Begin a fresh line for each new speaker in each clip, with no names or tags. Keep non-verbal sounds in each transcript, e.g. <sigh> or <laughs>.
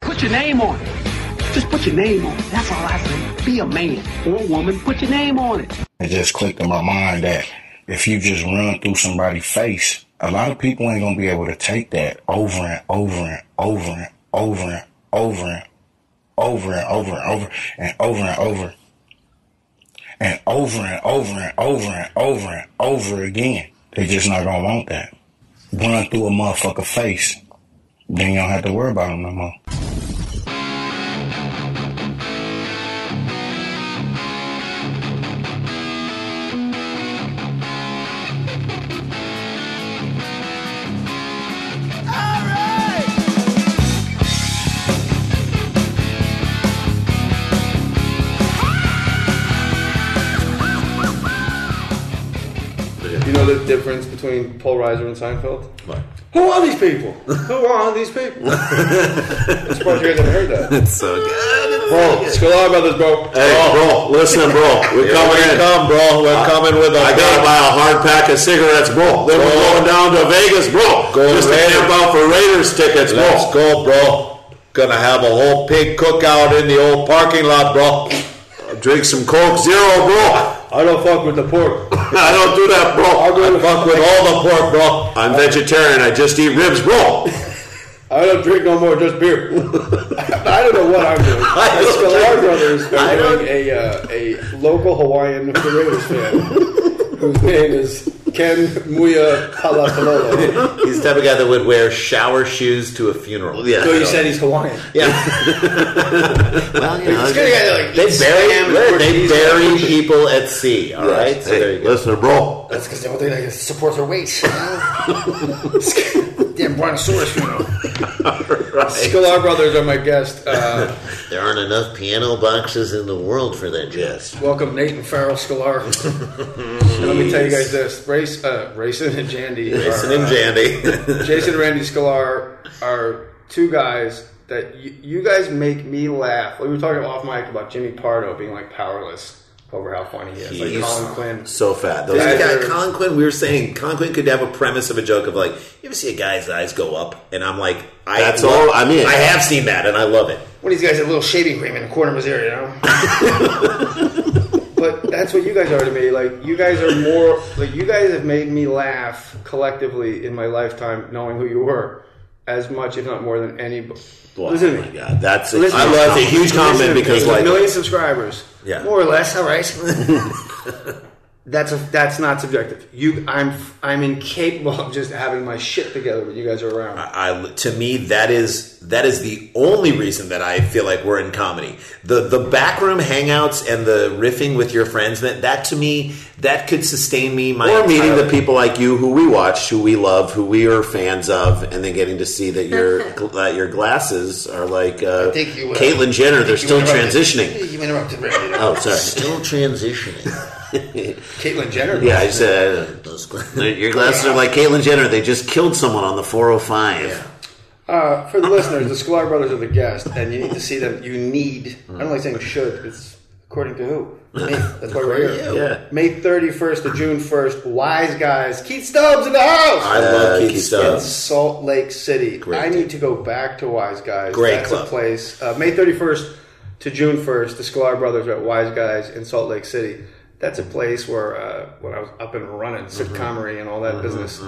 Put your name on it. Just put your name on it. That's all I say. Be a man or a woman. Put your name on it.
It just clicked in my mind that if you just run through somebody's face, a lot of people ain't gonna be able to take that over and over and over and over and over and over and over and over and over and over and over and over and over and over and over again. They just not gonna want that. Run through a motherfucker face, then you don't have to worry about them no more.
You know the difference between Polarizer and Seinfeld?
What?
Who are these
<laughs>
people? Who are these people? I'm surprised you guys haven't heard
<laughs>
that.
It's so good.
Bro, Scholar Brothers, bro.
Hey, bro, listen, bro. We're coming
we
in.
come,
bro. We're
coming with a
I
big-
gotta buy a hard pack of cigarettes, bro. Then we're going down to Vegas, bro.
Go
Just
Raiders.
to camp out for Raiders tickets, bro.
Let's go, bro. Gonna have a whole pig cookout in the old parking lot, bro.
Drink some Coke Zero, bro.
I don't fuck with the pork.
<laughs> I don't do that, bro. I'll
I fuck with all the pork, bro.
I'm vegetarian. I just eat ribs, bro.
<laughs> I don't drink no more, just
<laughs>
beer. I don't know what I'm doing.
I
The
don't
Scholar
drink-
Brothers
I
are
don't-
doing a, uh, a local Hawaiian Raiders fan whose name is Ken Muya Palapalolo.
<laughs>
He's the type of guy that would wear shower shoes to a funeral.
Yeah.
So you said he's Hawaiian.
Well, you know,
It's gonna get, like,
They
spam
bury,
and
they bury people at sea, all right? So there
hey,
you go.
listen, bro.
That's because the only thing that can support their weight. You know? Damn brontosaurus, you know.
Scholar Brothers are my guest. Uh,
There aren't enough piano boxes in the world for that jest.
welcome Nathan Farrell
<laughs>
Scholar. and let me tell you guys this: Race, uh, Racing and Jandy,
Jason
are,
and Jandy.
<laughs> uh, Jason and Randy Scholar are two guys that you, you guys make me laugh. We were talking off mic about Jimmy Pardo being like powerless over how funny he is,
He's-
like Colin Quinn.
so fat. Those
Yeah,
guy,
they're-
Colin Quinn, we were saying Colin Quinn could have a premise of a joke of like, you ever see a guy's eyes go up? And I'm like, I
That's
love-
all I'm in.
I have seen that and I love it.
One of these guys had a little shaving cream in the corner of his ear, you know.
<laughs>
But that's what you guys are to me. Like you guys are more like you guys have made me laugh collectively in my lifetime, knowing who you were, as much if not more than any.
Wow,
Listen
Oh,
to
my
me.
God, that's a,
Listen
I
to
love
me.
a huge
Listen
comment
to me. There's
because
a
like
million subscribers,
Yeah.
more or less.
All right.
<laughs>
That's a, that's not subjective. You, I'm I'm incapable of just having my shit together when you guys are around.
I, to me that is that is the only reason that I feel like we're in comedy. The the backroom hangouts and the riffing with your friends that that to me that could sustain me my
or meeting
entire-
the people like you who we watch, who we love, who we are fans of, and then getting to see that
<laughs>
your that your glasses are like uh,
think you, uh,
Caitlyn Jenner. They're still transitioning.
You interrupted Randy.
Oh, sorry.
still transitioning.
Caitlyn Jenner.
Yeah, I said
Those
uh, your glasses are like Caitlyn Jenner. They just killed someone on the 405.
Uh, for the listeners, the Sklar brothers are the guest, and you need to see them. You need. I don't like saying should. It's according to who. Me. That's why we're here.
Yeah.
May 31st to June 1st, Wise Guys, Keith Stubbs in the house!
I love
Uh,
Keith
Keith
in
Stubbs.
Salt Lake City. I need to go back to Wise Guys.
Great
That's
club.
a place. Uh, May 31st to June 1st, the Sklar brothers are at Wise Guys in Salt Lake City. That's a place where uh, when I was up and running,
Mm-hmm.
sitcomery and all that business,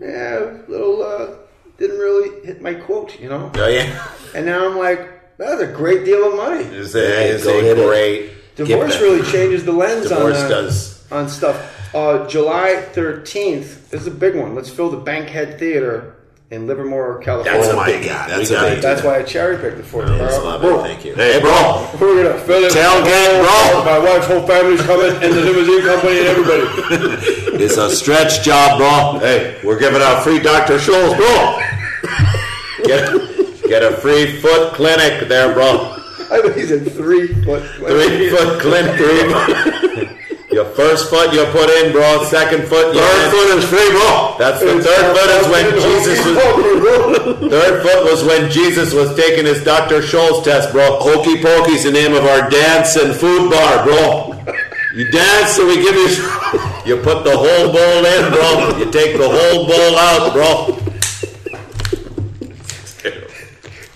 yeah, little uh, didn't really hit my quote, you know.
<laughs>
Oh yeah,
And now I'm like, that's a great deal of money.
it's a, it's
go
a
hit it.
great
Divorce
that.
really changes the lens
divorce
on uh,
does.
on stuff. Uh, July 13th, this is a big one. Let's fill the Bankhead Theater in Livermore, California.
That's
Oh
a
my
biggie.
God,
That's
we
a
got
biggie.
it.
That's why I cherry picked it for you.
That's
bro.
love
Bro,
it. Thank you.
Hey, bro.
We're gonna fill it.
Tailgate, bro.
My wife's whole family's coming, and the limousine company, and everybody.
It's a stretch job, bro. Hey, we're giving out free Dr. Scholl's, bro.
Get, get a free foot clinic there, bro.
I think he's in three foot.
Three
<laughs>
foot clinic. Your first foot you put in, bro. Second foot, you
Third foot is free, bro.
That's the third foot is when Jesus was. Third foot was when Jesus was taking his Dr. Scholl's test, bro.
Hokey Pokey's the name of our dance and food bar, bro. You dance and we give you.
You put the whole bowl in, bro. You take the whole bowl out, bro.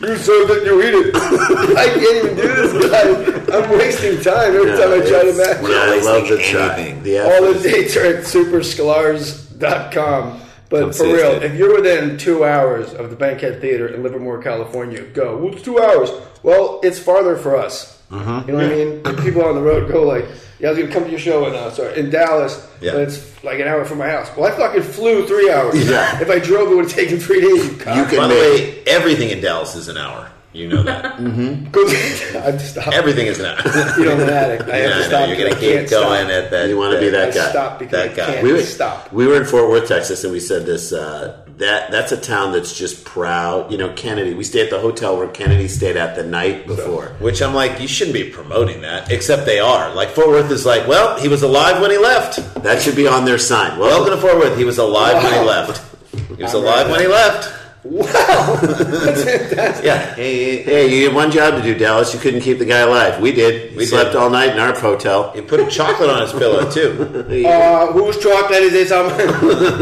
You served it, you eat it. I can't even do this, guys. I'm wasting time every time I try to match.
Yeah, I love the try.
anything.
The
All
effort.
the dates are at superscolars.com. But for
Consistent.
real, if you're within two hours of the Bankhead Theater in Livermore, California, go. Well, it's two hours. Well, it's farther for us.
Mm-hmm.
You know what I mean? Like, people on the road go like, "Yeah, I was gonna come to your show in uh, sorry, in Dallas,
Yeah.
but it's like an hour from my house." Well, I fucking flew three hours.
Yeah.
If I drove, it would have taken three days. You cock.
You
By
can
the
make
way, everything in Dallas is an hour. You know that.
Go- <laughs> I just stopped.
everything is an <laughs> hour.
you know, I'm an addict. I have
Yeah, I
to
know.
stop.
You're
because I
gonna keep
can't stop.
going at that.
You wanna be that
I
guy.
stop because
That
I
guy.
can't
we were,
stop.
We were in Fort Worth, Texas, and we said this. Uh, that that's a town that's just proud. You know, Kennedy. We stayed at the hotel where Kennedy stayed at the night before.
Which I'm like, you shouldn't be promoting that, except they are. Like Fort Worth is like, well, he was alive when he left.
That should be on their sign. Well,
Welcome to Fort Worth. He was alive when he
Wow.
left. He was alive when he left.
<laughs>
yeah. Hey, hey, you had one job to do, Dallas. You couldn't keep the guy alive. We did. We
did.
slept all night in our hotel.
He put a chocolate on his pillow too.
Uh, whose chocolate is this? I'm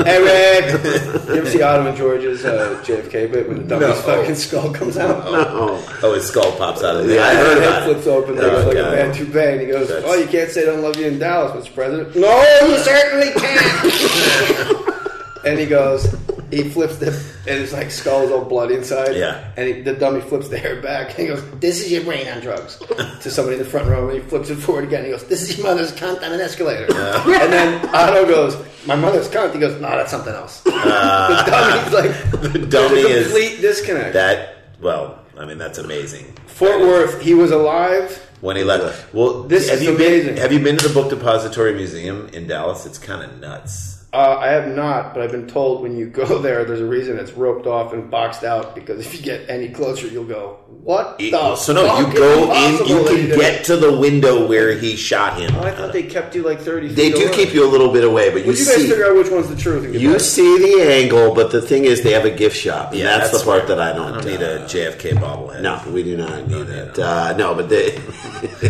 Eric. you ever see Ottoman George's uh, JFK bit when the dumbest
No.
fucking skull comes out?
Oh,
Oh, his skull pops out of there.
Yeah,
I
I
heard
His head
about it.
flips open like,
Oh,
like a
God.
man too bad. And he goes,
That's-
"Oh, you can't say I don't love you in Dallas, Mr. President." No, you certainly can. <laughs> and he goes, he flips the, and his like skull is all bloody inside.
Yeah.
And he, the dummy flips the hair back, and he goes, "This is your brain on
<laughs>
drugs." to somebody in the front row, and he flips it forward again. He goes, "This is your mother's cunt on an escalator." <laughs> and then Otto goes, "My mother's cunt." He goes, "No, that's something else." <laughs> the dummy's like
Uh, <laughs> The dummy
there's a
is
complete disconnect.
that. Well, I mean, that's amazing.
Fort Worth, he was alive.
When he left. Well,
This
have
is
you been?
amazing.
Have you been to the Book Depository Museum in Dallas? It's kind of nuts.
Uh, I have not, but I've been told when you go <laughs> there, there's a reason it's roped off and boxed out because if you get any closer, you'll go, "What
It-
the?"
so no,
fuck
you
is
go in.
possible
You
that
can
did
get
it?"
to the window where he shot him.
Oh, I thought they kept you like thirty.
they
feet
do
away.
keep you a little bit away, but you
Well, you guys
see.
figure out which one's the truth. And get
You
back.
see the angle, but the thing is, they have a gift shop, and
Yeah,
that's, the
that's
part
where-
that I
I
don't,
don't need
uh,
a JFK bobblehead.
No, we do not need
no,
it.
no.
Uh, no, but they,
None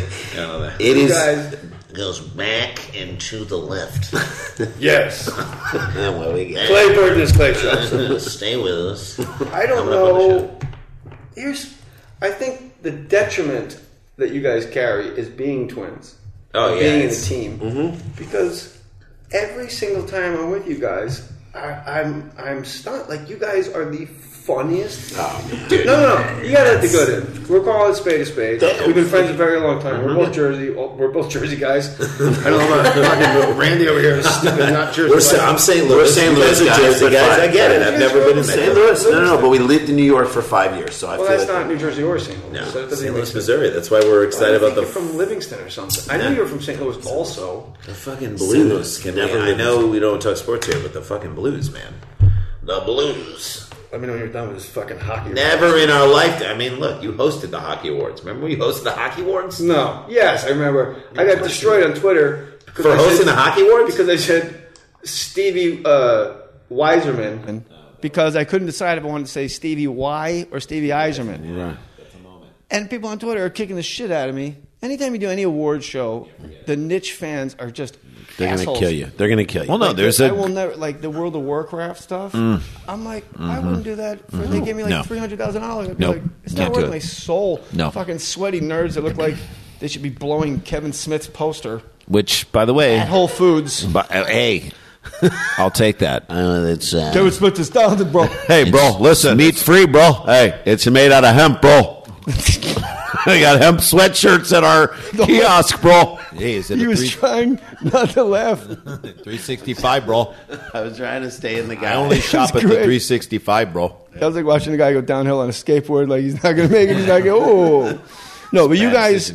of that.
it
You
is.
guys,
goes back and to the <laughs> left.
yes.
Yeah, well, we get-
Clay Bird this Clay Show.
Stay with us.
I don't know. Here's, I think the detriment that you guys carry is being twins.
Oh, Mm-hmm. yeah,
being in a
it's-
team because every single time I'm with you guys, I, I'm I'm stunned. Like you guys are the funniest.
Oh,
no, no, no, you gotta let the good in. We're calling it spade a spade. We've been friends a very long time. We're
Mm-hmm.
both Jersey. We're both Jersey
<laughs>
guys. I know I'm not fucking Randy over here. is stupid, not Jersey.
We're Sa- I'm St. Louis.
We're St.
You guys
Louis
are
guys,
Jersey
but
guys.
fine.
I get it.
You
I've
guys
never
grew
been
up
in
in
St.
that.
Louis. Uh, No, no, no, but we lived in New York for five years, so I
well,
feel
that's
like
not New Jersey or St. Louis. so that
No,
doesn't
St.
even
Louis,
make sense.
Missouri. That's why we're
I
excited
think
about the
you're from Livingston or something. I knew you were from St. Louis also.
The
St.
fucking blues.
Louis
Can
can never
we, I
live
know we don't talk sports here, but the fucking blues, man. The blues.
Let me know when you're done with this fucking hockey.
Never in our life. I mean, look, you hosted the hockey awards. Remember when you hosted the hockey awards?
No. Yes, I remember. I got destroyed on Twitter because
For
I
hosting the hockey awards?
because I said Stevie uh, Weiserman. Because I couldn't decide if I wanted to say Stevie Y or Stevie Eiserman. Right. And people on Twitter are kicking the shit out of me. Anytime you do any award show, the niche fans are just
They're
assholes.
gonna kill you. They're gonna kill you.
Well, no, there's
I
a Mm.
will never like the World of Warcraft stuff. I'm like, I wouldn't do that. For, They gave me like
Mm-hmm. No.
three hundred thousand dollars.
Nope.
like, it's
Can't
not
do
worth
it.
my soul.
No.
fucking sweaty nerds that
<laughs>
look like they should be blowing Kevin Smith's poster
which, by the way,
at Whole Foods.
but, uh, hey, I'll take that.
Uh, it's, uh,
Kevin Smith is talented, bro.
<laughs> Hey, bro, listen, meat free, bro. Hey, it's made out of hemp,
<laughs>
bro. we got hemp sweatshirts at
<laughs>
our
<laughs>
kiosk, bro. Hey, is it
He
a
was trying not to laugh.
365, bro?
I was trying to stay in the
I only shop at the
great.
365, bro.
I was like watching a guy go downhill on a skateboard. Like he's not gonna make it. He's not gonna. Oh, no! But you guys,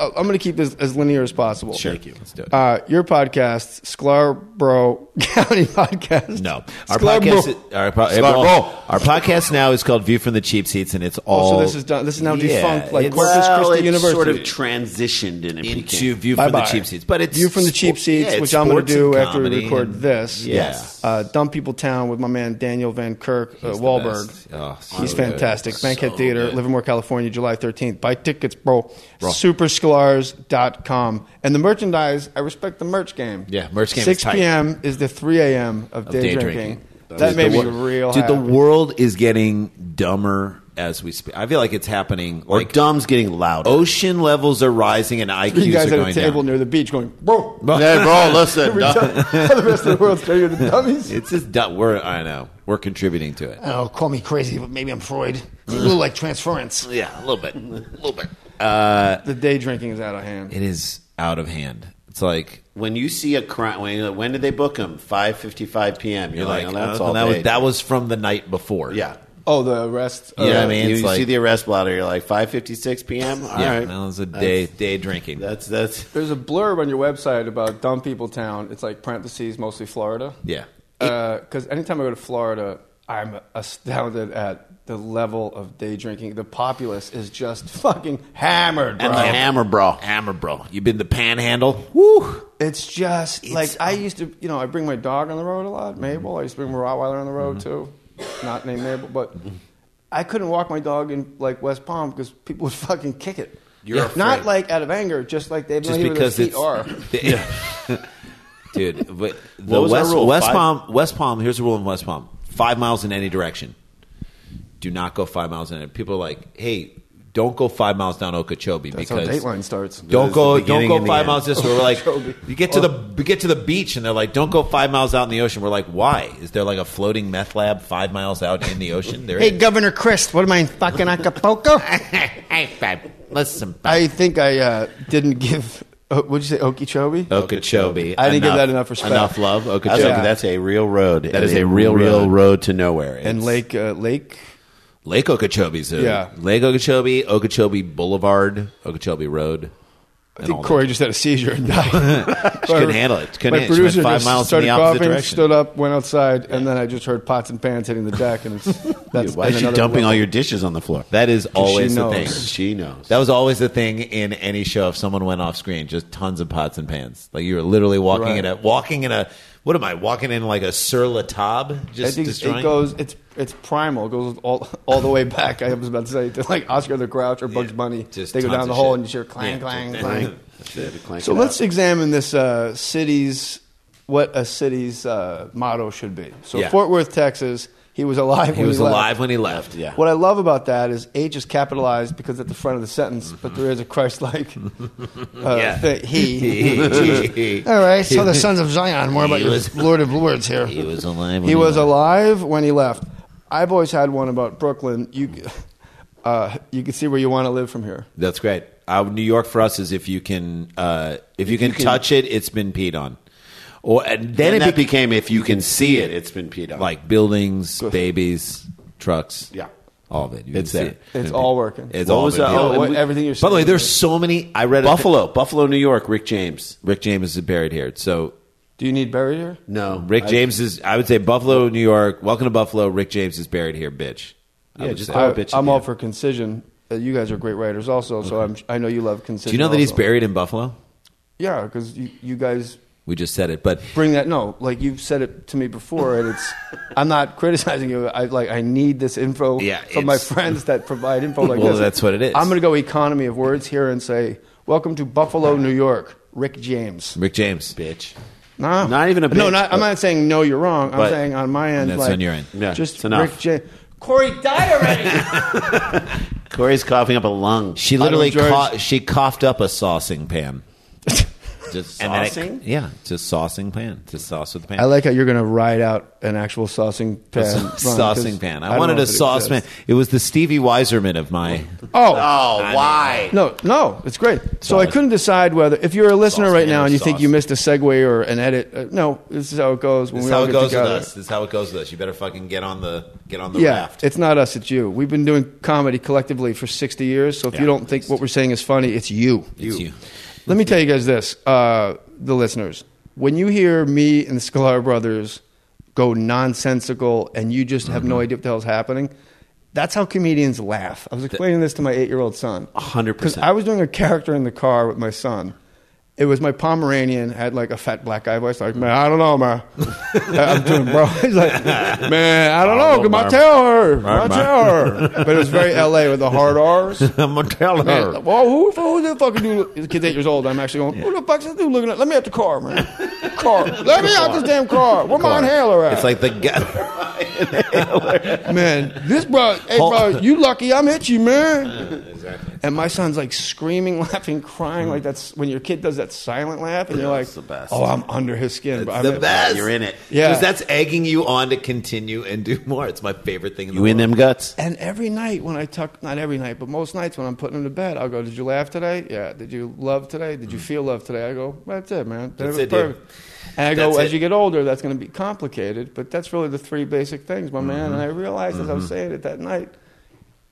I'm gonna keep this as linear as possible.
Sure. Thank you. Let's do it.
Uh, your podcast, Scarborough <laughs> County Podcast.
No, our
Scarborough.
podcast, our, po-
Scott
well,
Roll.
our podcast now is called View from the Cheap Seats, and it's all.
so this is done- this is now defunct, like
it's
Corpus
well,
Christi
it's
University.
sort of transitioned in
into View from
Bye-bye.
the Cheap Seats, but it's
View from the Cheap
spo-
Seats,
it's
which I'm going
sports
to do
and
after we
comedy
record
and-
this.
Yes.
Uh, Dumb People Town with my man Daniel Van Kirk uh,
the
Wahlberg.
best. Oh, so
He's
good.
fantastic.
So
Bankhead Theater,
good.
Livermore, California, July 13th. Buy tickets, bro.
Bro.
Superscolars.com. And the merchandise, I respect the merch game.
Yeah, merch game is
6
tight.
p.m. is the 3 a.m. of, day,
day
drinking.
drinking.
That made
the
me
wor-
real
Dude,
happy.
the world is getting dumber
as we speak. I feel like it's happening.
Or
like
Dom's getting loud.
ocean levels are rising and IQs
You guys
are
at
going
a table
down.
near the beach going, bro.
hey, bro,
<laughs>
listen.
Every
Dom-
time, the rest of the world's telling you the dummies.
<laughs> It's just du- we're I know we're contributing to it.
Oh, call me crazy, but maybe I'm Freud. It's a little like transference.
Yeah, a little bit, a little bit.
The day drinking is out of hand.
It is out of hand. It's like
when you see a crime, when, you're like, when did they book him? Five fifty-five p.m. You're
you're
like,
like,
oh, that's
uh,
all
that
day.
was that was from the night before.
yeah.
Oh, the arrest.
You know what I
Uh,
mean?
you,
It's
you see
like-
the arrest blotter. You're like five fifty-six p.m. All right,
yeah. That was a day day drinking.
that's that's
There's a blurb on your website about dumb people town. It's like parentheses, mostly Florida.
yeah.
Because anytime I go to Florida, I'm astounded at the level of day drinking. The populace is just fucking hammered, bro.
and the hammer, bro.
Hammer, bro. You been the panhandle? Woo!
It's just like I used to, you know, I bring my dog on the road a lot,
Mm-hmm.
Mabel. I used to bring my Rottweiler on the road too, not named Mabel, but
Mm-hmm.
I couldn't walk my dog in like West Palm because people would fucking kick it.
You're
Yeah. not
afraid.
like out of anger, just like they have no
Just
idea where their
because
feet
it's <laughs>
are.
dude. But the
Those are
West,
rule
West
five.
Palm. West Palm. Here's the rule in West Palm: five miles in any direction. Do not go five miles in it. People are like, hey, don't go five miles down Okeechobee
That's how
because
Dateline starts.
Don't
It's
go,
the beginning
don't go
and the
five
end. Oh.
miles this way. We're like,
Toby.
you get to the we get to the beach, and they're like, don't go five miles out in the ocean. We're like, why? Is there like a floating meth lab five miles out in the ocean? There
Hey,
is.
Governor Christ, what am I in fucking Acapulco?
<laughs>
<laughs>
listen,
I think I uh, didn't give. Uh, what'd you say, Okeechobee?
Okeechobee.
I didn't give that enough respect.
Enough love,
I was
Okeechobee.
like,
Yeah.
that's a real road. That
is a real road.
to nowhere.
and
It's-
Lake uh, Lake.
Lake Okeechebee's a,
Yeah.
Lake Okeechobee, Okeechobee Boulevard, Okeechobee Road.
I think Corey just had a seizure and died.
<laughs> She couldn't handle it. Couldn't
My
handle it. She went
producer
five
just
miles in
started
the opposite
coughing,
direction.
stood up, went outside, and then I just heard pots and pans hitting the deck.
<laughs>
And it's that's
Dude, why
been
is she
another
dumping
level.
all your dishes on the floor?
That is always the thing.
knows.
she knows.
That was always the thing in any show. If someone went off screen, just tons of pots and pans. Like you were literally walking
Right.
in a walking in a what am I walking in like a sur la table?
I
Just
think
destroying.
it goes. It's it's primal. It goes all all the way back. I was about to say to like Oscar the Grouch or Bugs Bunny.
Just
they go
tons
down the
of
hole
shit.
and you hear clang,
Yeah, <laughs>
clang,
just-
clang.
Clank
So
it
let's
up.
examine this uh, city's what a city's uh, motto should be. So
Yeah.
Fort Worth, Texas. He was alive.
He
when
was
he left.
alive when he left.
Yeah.
What I love about that is H is capitalized because at the front of the sentence, but there is a Christ-like uh,
Mm-hmm. <laughs> Yeah.
thing.
<laughs>
He
he
All right, so
<laughs>
the Sons of Zion, more about your Lord of Lords here.
was alive. When
he was
left.
alive when he left. I've always had one about Brooklyn. You, <laughs> uh, you can see where you want to live from here.
That's great. Uh, New York for us is if you can uh, if you can, touch it, it's been peed on. Or and then
Then
it
that
became
became if you can see it, it's been peed on.
like buildings, babies, trucks.
Yeah.
All of it. You
It's
can see
there.
it.
It's all working.
It's
What
all
was
been
the-
peed on.
oh,
what-
and we-
everything you're
By
saying.
the way, there's so many. I read a thing-
Buffalo, Buffalo, New York. Rick James.
Rick James is buried here. So
Do you need buried here?
No,
Rick
I-
James is. I would say Buffalo, New York. Welcome to Buffalo. Rick James is buried here, bitch. I
Yeah,
would
just
say.
throw a
I,
bitch
I'm
in
all
there.
for concision. Uh, you guys are great writers, also. So I'm, I know you love concision.
Do you know that he's
also.
buried in Buffalo?
Yeah, because you, you guys
We just said it, but
bring that. No, like you've said it to me before, and it's. <laughs> I'm not criticizing you. I like. I need this info
Yeah,
from my
it's-
friends that provide
<laughs>
info like
Well,
this.
that's what it is.
I'm going to go economy of words here and say, "Welcome to Buffalo, New York." Rick James.
Rick James, bitch.
No,
Not even a
No,
bitch,
not,
but-
I'm not saying no. You're wrong. I'm
But-
saying on my end,
That's
like,
on your end.
Yeah,
just
it's enough.
Rick James. Corey died already.
Corey's coughing up a lung.
She literally
George.
cau- she coughed up a
<laughs>
saucing pan. Just and then it-
Saucing?
yeah, just saucing pan, just sauce with the pan.
I like how you're going to ride out an actual saucing
<laughs>
pan.
Sau-
run, 'cause
saucing pan. I,
don't
wanted
know
a
if it
sauce pan.
exists.
It was the Stevie Weiserman of my.
Oh,
why?
No, no, it's great. So I
Solid.
couldn't decide whether if you're a listener
Sauce
right
pan
now
or
and you think
sauce?
you missed a segue or an edit, uh, no, this is how it goes when
This is
we all
how it
get
goes
together.
with us. This is how it goes with us. You better fucking get on the get on the
Yeah,
raft.
it's not us, it's you. We've been doing comedy collectively for 60 years, so if you don't think what we're saying is funny, it's you.
It's you.
Let me tell you guys this, uh, the listeners. When you hear me and the Sklar brothers go nonsensical and you just have
Mm-hmm.
no idea what the hell's happening, that's how comedians laugh. I was explaining this to my eight year old son.
100%.
Because I was doing a character in the car with my son. It was my Pomeranian had like a fat black guy voice, like, man, I don't know, man. <laughs> I'm doing, bro. <laughs> He's like, man, I don't know. Come on, tell her.
<laughs>
Come on, tell her. But it was very LA with the hard R's.
<laughs> I'm gonna tell her.
Man, well, who, who the fuck are you? The kid's eight years old. I'm actually going. Who the fuck's that dude looking at? Let me at the car, man. car. Let me out this damn car. Where my inhaler at?
It's like <laughs> the guy.
man, this bro, hey bro,
<laughs>
you lucky I'm hit you, man. And my son's like screaming, <laughs> laughing, crying like that's when your kid does that silent laugh, and you're like,
That's the best.
"Oh, I'm under his skin." but I'm
the
in-
best.
You're in it.
Yeah.
Because that's egging you on to continue and do more. It's my favorite thing in the
You in
world.
them guts?
And every night when I tuck, not every night, but most nights when I'm putting him to bed, I'll go, Did you laugh today? Yeah. Did you love today? Did you feel love today? I go, That's it, man. That
Mm. That's
was
it, dude.
perfect." And I go,
That's
As
it.
you get older, that's going to be complicated, but that's really the three basic things, my man.
Mm-hmm.
And I realized as I was saying it that night,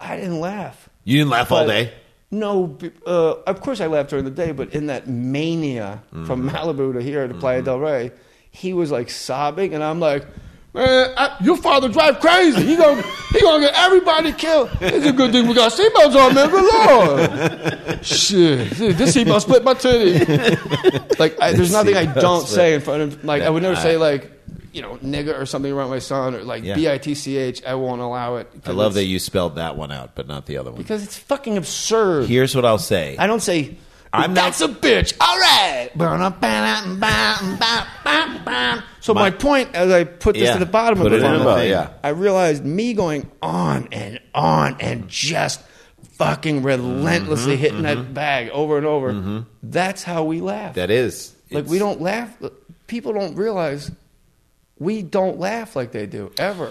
I didn't laugh.
You didn't laugh all
But-
day.
No, b- uh, of course I laughed during the day, but in that mania
Mm.
from Malibu to here to
Mm-hmm.
Playa del Rey, he was like sobbing, and I'm like, man, I, your father drive crazy. He gonna he gonna get everybody killed. It's a good thing we got seatbelts on, man. Good lord, shit, this seatbelt split my titty. like, I, there's nothing I
Seatbelt
don't
split.
say in front of. Like, I would never
I-
say like. You know, nigga or something around my son, or like
Yeah.
B I T C H. I won't allow it.
I love that you spelled that one out, but not the other one.
because it's fucking absurd.
Here's what I'll say.
I don't say
I'm not-
that's a bitch. All right. So my, point, as I put this
Yeah.
to the bottom
Put
of
it
the
in
funnel,
the thing.
yeah.
I realized me going on and on and just
Mm-hmm,
fucking relentlessly hitting that bag over and over. That's how we laugh.
that is.
like we don't laugh. People don't realize we don't laugh like they do ever.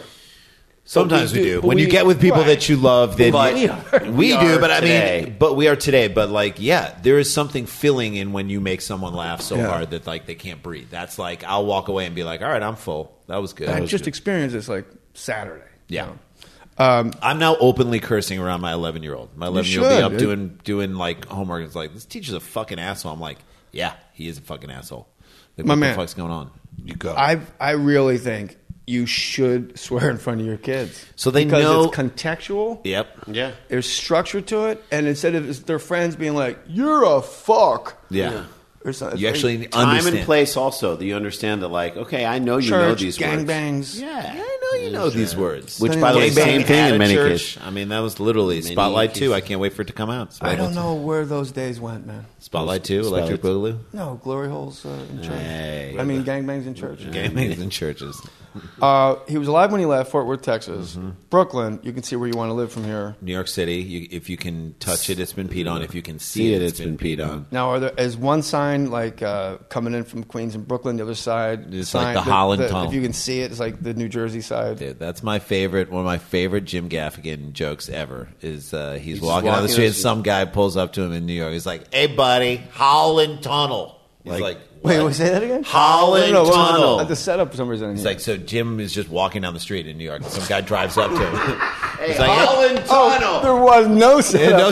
Sometimes
we
we
do,
do.
but
When you
we-
get with people
right.
that you love, then
But
you-
we are.
we
We
do.
are
But I
today.
mean, but we are today. But like, yeah, there is something filling in when you make someone laugh so
Yeah.
hard that like they can't breathe. That's like I'll walk away and be like, all right, I'm full. That was good.
I just experienced this like Saturday.
Yeah.
Um,
I'm now openly cursing around my 11 year old. My 11 year old
should,
be up
dude.
doing doing like homework. It's like this teacher's a fucking asshole. I'm like, yeah, he is a fucking asshole. Like,
My
what
man.
the fuck's going on? You go.
I I really think you should <laughs> swear in front of your kids.
So they
because
know-
it's contextual.
yep.
Yeah.
There's structure to it, and instead of it's their friends being like, "You're a fuck,"
Yeah.
or something.
You
it's
actually
like
understand.
Time and place also that you understand that like, okay, I know you know
church
these words.
gangbangs.
Yeah.
I know you know these words.
Which, by the way,
Gangbang
same
at
thing
a
in many
church.
cases.
I mean, that was literally
Many
Spotlight
cases.
2. I can't wait for it to come out.
I
Spotlight
don't
2.
know where those days went, man.
Spotlight 2, Electric Boogaloo.
No glory holes uh, in church.
Hey.
I mean, gangbangs in church.
Gangs in churches.
Uh, he was alive when he left Fort Worth, Texas,
Mm-hmm.
Brooklyn. You can see where you want to live from here.
New York City, you, if you can touch it, it's been peed on. If you can see,
See
it, it's been peed on.
Now, are there is one sign like uh, coming in from Queens and Brooklyn? The other side,
It's
sign-
like the Holland Tunnel.
If you can see it, it's like the New Jersey side.
Dude, that's my favorite. One of my favorite Jim Gaffigan jokes ever is uh, he's,
just
walking down the
walking
street
on
and
the-
some guy pulls up to him in New York. He's like, "Hey, buddy, Holland Tunnel." He's like,
Wait,
"What?"
wait, say that again.
Holland
No, no, no, no, no.
Tunnel.
The setup for some reason.
It's like so Jim is just walking down the street in New York, and some guy drives up to him. He's like,
Holland
oh, there was no
Yeah,
setup.
no <laughs>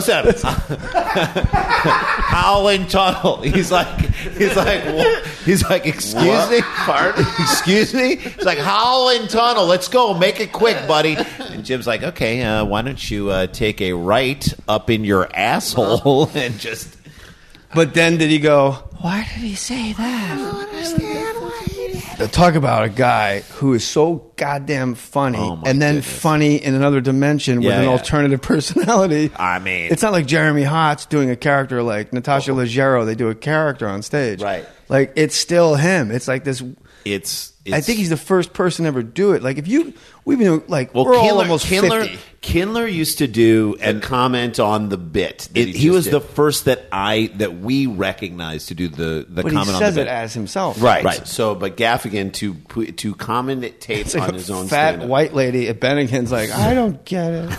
setup. Howling tunnel. He's like, he's like, wha- he's like, excuse me, pardon, <laughs> excuse me. It's like howling tunnel. Let's go, make it quick, buddy. And Jim's like, okay, uh, why don't you uh, take a right up in your asshole <laughs> and just.
But then did he go? Why did he say that? Now, Talk about a guy who is so goddamn funny,
Oh, my
and then
goodness.
funny in another dimension with
Yeah,
an
yeah.
alternative <laughs> personality.
I mean- Oh.
it's not like Jeremy Hotz doing a character like Natasha Leggero. They do a character on stage,
Right.
Like it's still him. It's like this.
It's,
I think he's the first person to ever do it. Like if you, we've been doing, like
Well,
we're all
Kindler,
almost
Kindler,
fifty.
Kindler used to do
And
and
comment on the bit. that
It, he
just
was
did.
the first that I that we recognized to do the the
But he
comment on
says
the
it
bit.
as himself,
right.
Right.
So, but Gaffigan to pu- to comment tape
<laughs> It's like
on
a
his own
fat
stand-up.
white lady at Bennigan's like, I don't get it.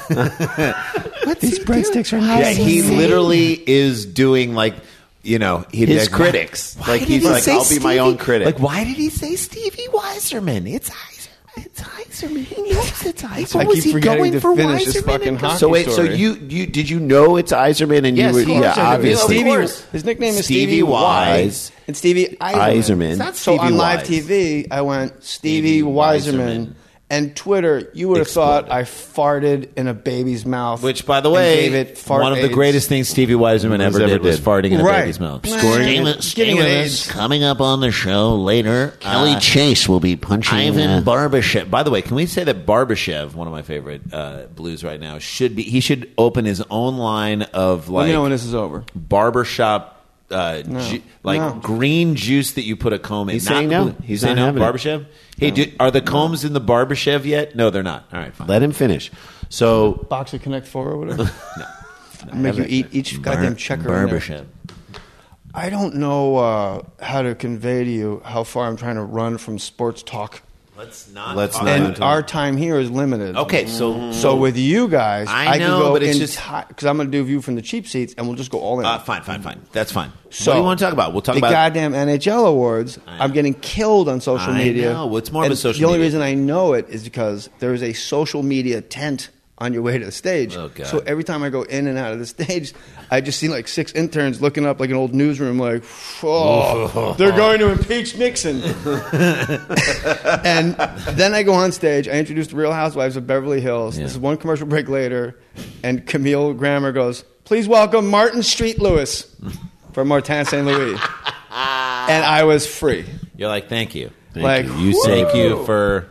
what these breadsticks are not.
Yeah, he literally is doing like you know he'd be
His
like,
critics.
"Why
Like,
did
he's
he
like,
say
"I'll be my own
Stevie-"
critic."
Like why did he say Stevie Weiserman? It's Heiserman. It's Heiserman. He knows <laughs> it's Heiserman.
I
Was
keep
he
forgetting
going
to
for
finish this
Weiserman?
fucking
and go-
hockey
So wait, so
story.
you you did you know it's Iserman and
Yes,
you
of
were
course I
yeah
do.
obviously
Stevie- his nickname is
Stevie
Stevie,
Wise.
Wise, and Stevie Eiserman. So
Eiserman. Stevie
on live
Wise.
TV, I went Stevie
Stevie
Weiserman.
Weiserman.
And Twitter, you would have
Exploded.
thought I farted in a baby's mouth.
Which, by the
and
way,
gave it fart
one of the
aids.
greatest things Stevie Weiserman ever,
ever
did was
did.
farting in
Right.
a baby's mouth.
Nah, Scoring-
Stay with, stay
getting
with
it
us.
is.
Coming up on the show later,
Kelly
uh,
Chase will be punching Ivan
uh,
Barbashev. By the way, can we say that Barbashev, one of my favorite uh, blues right now, should be? He should open his own line of
Let
like
me know when this is over.
barbershop
uh, ju- like
no.
green juice that you put a comb in.
He's saying no.
blue- He's
He's
saying
not
no.
having it.
Barbershev. Hey, do, are the combs in the barbershev yet? No, they're not. All right, fine.
Let him finish. So
Box of Connect Four or whatever. no, make you
Haven't-
eat each goddamn
Bar-
checker. in there.
Barbershev.
I don't know uh, how to convey to you how far I'm trying to run from sports talk,
Let's not.
Let's
talk
not.
about
and
until-
our time here is limited.
Okay, so
So with you guys,
I
I,
know,
can go
but it's just-
because I'm going to do view from the cheap seats, and we'll just go all in.
uh, fine, fine, fine. That's fine.
So,
what do you want to talk about? We'll talk
the
about.
goddamn NHL awards.
I know.
I'm getting killed on social
I
media.
know. Well, it's more of
And
a social
The only
media.
reason I know it is because there is a social media tent on your way to the stage.
Oh, God.
So every time I go in and out of the stage, I just see like six interns looking up like an old newsroom, like, oh,
<laughs>
they're going to impeach Nixon. and then I go on stage. I introduce the Real Housewives of Beverly Hills. This is one commercial break later, and Camille Grammer goes, "Please welcome Martin Street Lewis from Martin St.
<laughs>
Louis." and I was free.
You're like, thank you. Thank
Like,
you, You
woo!
thank you for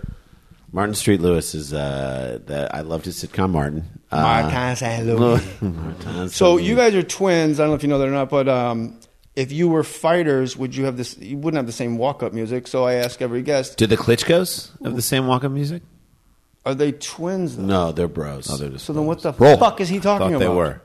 Martin Street Lewis is uh, the, I loved his sitcom Martin. Uh,
Martin St. Louis.
<laughs> Martin
So
St.
you
Louis.
guys are twins. I don't know if you know that or not, but um, if you were fighters, would you have this? You wouldn't have the same walk-up music. So I ask every guest,
did the Klitschko's have the same walk of music? Oh,
are they twins? Though?
no, they're bros. No, they're
So then, what the
Bro.
fuck is he talking about?
Thought
Uh,
they were.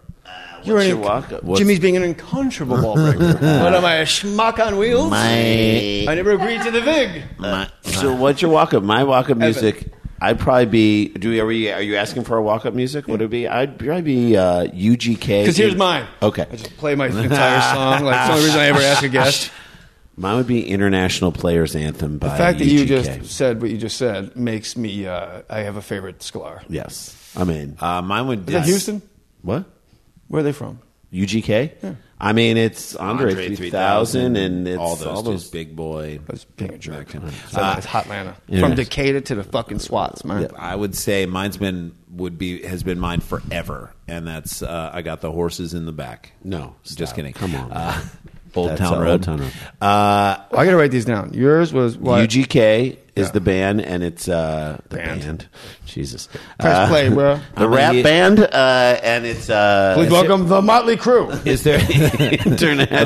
You're an
your
inc-
walk-up? What's-
Jimmy's being an uncomfortable
<laughs>
ball breaker. what am I, a schmuck on wheels? I never agreed to the VIG.
My, so what's your walk up? My walk up music. I'd probably be. Do we, are we? Are you asking for a walk up music? Would it be? I'd probably be uh, UGK.
Because here's mine.
Okay.
I just play my
<laughs>
entire song. Like, it's the only reason I ever ask a guest.
Mine would be International Players Anthem by
The fact that
UGK.
you just said what you just said makes me, uh, I have a favorite Sklar. Is
yes. I mean,
Uh, mine would.
that Houston?
what
Where are they from?
UGK? I mean, it's Andre,
Andre
3000 and it's
all those, dudes, big boy.
I was being a jerk. It's
Uh,
Hotlanta.
yeah.
From Decatur to the fucking SWATs, man.
I would say mine's been would be has been mine forever, and that's uh, I got the horses in the back.
No, stop.
just kidding.
Come on.
uh, <laughs> Old
That's,
Town
uh, Old
Road.
Town Road.
Uh,
I got to write these down. Yours was what?
UGK is the band, and it's uh, the band. Jesus,
Press
Uh,
play, bro.
The
<laughs>
rap
the-
band, uh, and it's uh,
Please welcome the Motley Crew.
<laughs>
is there
International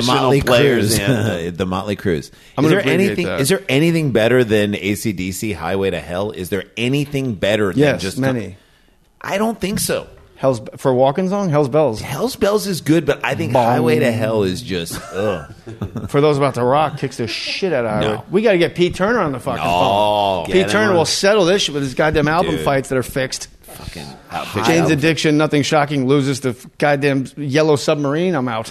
<laughs> the Motley
Players
Cruz,
Anthem.
uh, <laughs> the Motley Cruise?
I'm
is
gonna
there
abbreviate
anything?
that.
Is there anything better than ACDC Highway to Hell? Is there anything better? than
Yes,
just
many.
I don't think so.
Hell's, for Walking Song? Hell's Bells.
Hell's Bells is good, but I think
Bong.
Highway to Hell is just ugh.
for those about to rock, kicks the shit out of
No.
it. We got to get Pete Turner on the fucking
No.
phone.
Get
Pete
him
Turner
on.
will settle this shit with his goddamn album
Dude.
fights that are fixed.
fucking outfit.
Jane's Addiction, Nothing Shocking, loses to f- goddamn Yellow Submarine.
<laughs>
I'm out.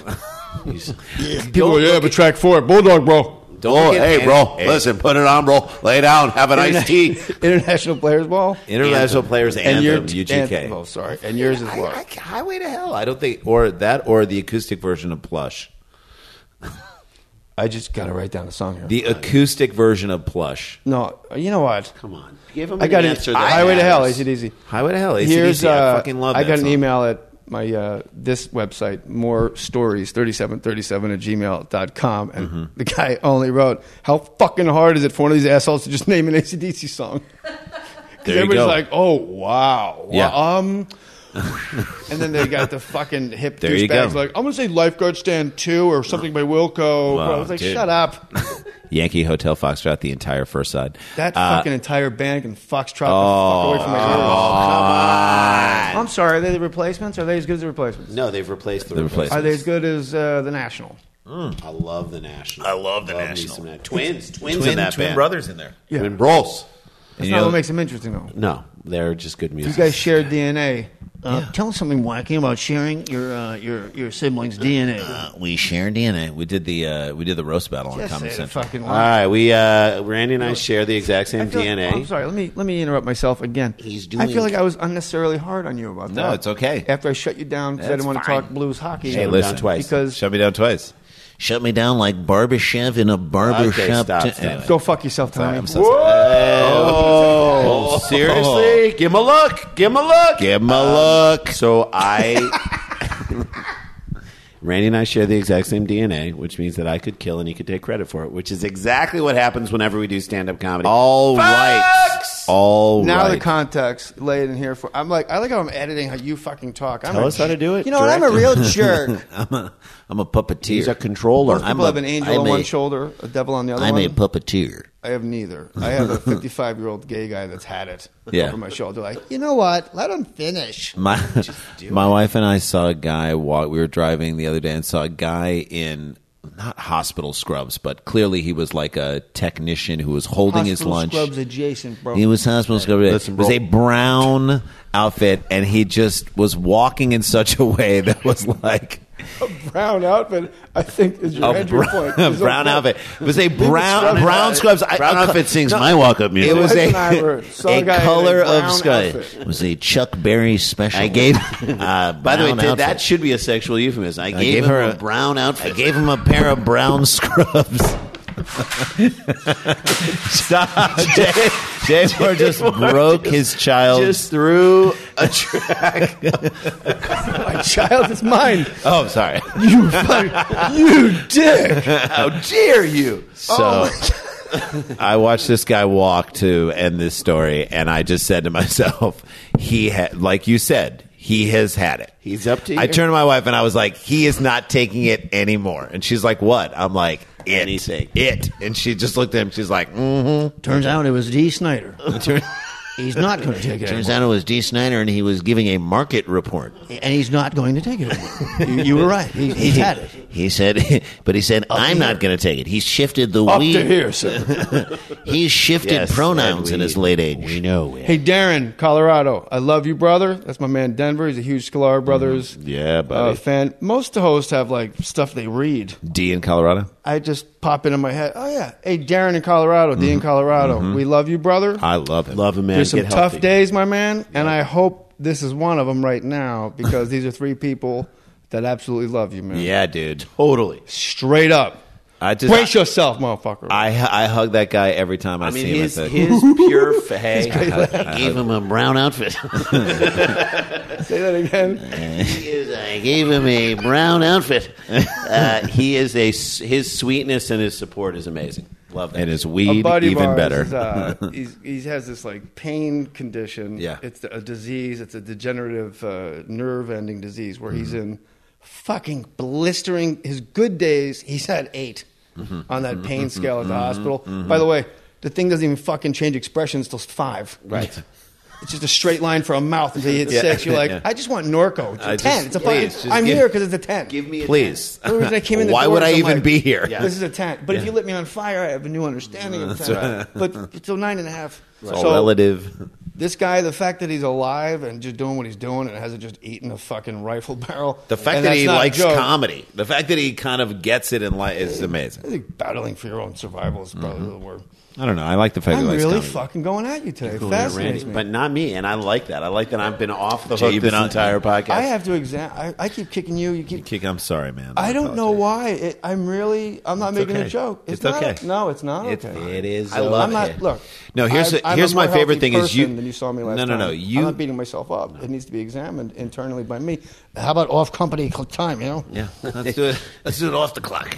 People go, yeah, but track four, Bulldog, bro.
Oh,
look at
hey,
it.
bro,
Hey.
listen, put it on, bro. Lay down, have an iced tea.
<laughs> International Players Ball.
International Players Anthem,
your-
UGK.
and- oh, sorry. And yours is
<laughs>
what?
I- I- highway to Hell. I don't think, or that, or the acoustic version of Plush.
I just got to write down a song here.
The acoustic version of Plush.
no, you know what?
Come on, give him.
I got an Highway to Hell, ACDC.
Highway to Hell. AC/DC.
Here's, uh,
I fucking love.
I
that
got an
song.
email at my uh, this website, more stories, 3737 at gmail.com. And
Mm-hmm.
the guy only wrote, How fucking hard is it for one of these assholes to just name an ACDC song?
There you
everybody's
go.
like, Oh, wow.
Yeah.
Wow,
<laughs>
Um, and then they got the fucking hip
There you
douchebags
go.
like, I'm going to say Lifeguard Stand 2 or something by Wilco. Bro, I was like,
dude. <laughs>
Shut up.
Yankee Hotel Foxtrot. The entire first side.
That
Uh,
fucking entire band can foxtrot
oh,
the fuck away from my ears. I'm sorry, are they the replacements? Are they as good as the replacements?
No, they've replaced the
The
replacement.
replacement.
Are they as good as uh, the National?
I love the national.
I love the
me
National.
some Nat- Twins, twins
twin,
in that
twin
band.
brothers in there.
Yeah.
Twin bros.
That's
you
not
know-
what makes them interesting, though.
No, they're just good
You
music.
guys share DNA.
Uh, Tell us something wacky about sharing your uh, your your siblings' DNA.
Uh, we share DNA. We did the uh, we did the roast battle on
Just
Comedy
say the
Central.
fucking
All
line.
right, we uh, Randy and I share the exact same
I feel-
DNA.
I'm sorry. Let me let me interrupt myself again.
He's
I
doing-
feel like I was unnecessarily hard on you about that.
No, it's okay.
After I shut you down because I
That's
didn't want
fine.
to talk blues hockey.
Shut
Hey,
him
listen
down twice.
Because
Shut me down twice.
Shut me down like Barbashev in a barbershop.
Okay, stop,
to-
stop.
anyway.
go fuck yourself, Tommy.
I'm so sorry.
Oh, seriously? Give him a look. Give him a look. Um,
Give him a look.
So I. <laughs> Randy and I share the exact same DNA, which means that I could kill and he could take credit for it, which is exactly what happens whenever we do stand up comedy.
All
All right,
right.
All
now
right.
the context laid in here for. I'm like, I like how I'm editing how you fucking talk. I'm
Tell
a
us how to do it.
You know what? I'm a <laughs>
Direct <laughs>
real
it.
jerk.
I'm, a, I'm a puppeteer. He's a controller.
People have an angel on one shoulder, a devil on the other.
I'm
one.
a puppeteer.
I have neither. I have a 55 year old gay guy that's had it
<laughs> Yeah.
over my shoulder. Like, you know what? Let him finish.
My <laughs> my wife and I saw a guy walk. We were driving the other day and saw a guy in not hospital scrubs, but clearly he was like a technician who was holding his
Hospital
lunch.
Scrubs adjacent, bro.
He was hospital scrubs. it was a brown outfit, and he just was walking in such a way that was like
Brown outfit, I think, is your
a
entry
brown, <laughs>
point.
a
Is
brown
that-
outfit. It was a brown
scrubs
brown
guy.
scrubs. I-
Brown
I-
outfit
sings my walk-up music.
It was
Wife and
<laughs>
I were-
a,
saw a
a
guy in a
color of
brown
sky.
outfit.
It was a Chuck Berry special.
I
<laughs>
gave.
Uh,
By the way,
brown
Ted, that
outfit.
should be a sexual euphemism. I gave, him her a, brown outfit.
I gave him a pair of brown <laughs> scrubs. Stop. Dave,
<laughs>
Dave Moore just broke his child.
just threw a track.
My child is
<laughs>
mine.
<laughs>
oh, sorry.
You fuck. You dick.
How dare you? Oh
So <laughs> I watched this guy walk to end this story, and I just said to myself, <laughs> he had, like you said, he has had it.
He's up to
I
here.
turned to my wife and I was like, he is not taking it anymore. And she's like, what? I'm like, it.
Anything.
It. And she just looked at him. She's like, mm-hmm.
Turns out it was
<laughs>
D. Snyder.
mm.
He's not going to take it.
Turns out
anymore.
it was D. Snyder, and he was giving a market report.
and he's not going to take it. Anymore. you, you were right. He, he's had it.
He said, <laughs> but he said, I'm not going to take it. He shifted the
Up
we.
to here, sir.
<laughs> He shifted
Yes,
pronouns
and
in
we-
his late age. We know.
Hey, Darren, Colorado. I love you, brother. That's my man, Denver. He's a huge Scholar Brothers
Mm, Yeah,
uh,
buddy.
fan. Most hosts have like stuff they read.
D in Colorado.
I just pop into my head. Oh yeah, hey Darren in Colorado, D in Colorado.
Mm-hmm.
We love you, brother.
I love him.
Love him, man.
There's some
Get
tough
healthy.
days, my man, and I hope this is one of them right now because these are three people that absolutely love you, man.
Yeah, dude.
Totally.
straight up.
I just.
Brace yourself, motherfucker.
I I hug that guy every time I,
I mean,
see him.
his,
I <laughs>
his pure fag.
I gave him a brown outfit. <laughs>
Say that again.
He is- I gave him a brown outfit. Uh, he is a s- his sweetness and his support is amazing. Love that.
and his
A
weed
buddy of
even
ours
better.
Is, <laughs>
<laughs>
uh, he's, he has this like pain condition.
Yeah.
it's a disease. It's a degenerative uh, nerve-ending disease where he's
Mm-hmm.
in fucking blistering. His good days, he's had 8
Mm-hmm.
on that pain scale at the hospital. By the way, the thing doesn't even fucking change expressions till five.
right.
<laughs> It's just a straight line for a mouth until you hit six. You're like,
<laughs> Yeah.
I just want Norco. It's a
I
ten.
just-
it's a fucking.
please, just
I'm
give-
here because it's a ten.
Give me a
Please.
The reason I came in the
Why
door
would
is
I
I'm
even
like,
be here?
Yeah.
This is a ten. But if you lit me on fire, I have a new understanding of ten. But so nine and a half.
It's all
So
relative.
this guy, the fact that he's alive and just doing what he's doing and hasn't just eaten a fucking rifle barrel.
The fact
and
that
that's
he
not a
likes
joke.
comedy, the fact that he kind of gets it in life is
I
amazing.
think battling for your own survival is probably the word.
I don't know. I like the fact
I'm
Mm-hmm. that he likes
really
comedy.
fucking going at you today.
Cool, Randy,
Fascinates me.
But not me, and I like that. I like that I've been off the
Jay,
hook
you've
this
been on-
entire podcast.
I have to exam. I, I keep kicking you. You keep
Kick, I'm sorry, man.
I don't know
apologize.
why. It, I'm really. I'm not
It's
making
okay.
a joke.
It's
not,
okay.
No, it's not
It's-
okay.
it is
I love
okay.
I'm not, look.
No, here's
I'm,
the-
I'm
here's
a
my
more
favorite
healthy
thing is you-
person than you saw me last
No, no, no,
time.
you-
I'm not beating myself up. It needs to be examined internally by me. How about off company cl- time? You know.
Yeah,
<laughs>
let's do it. let's do it off the clock.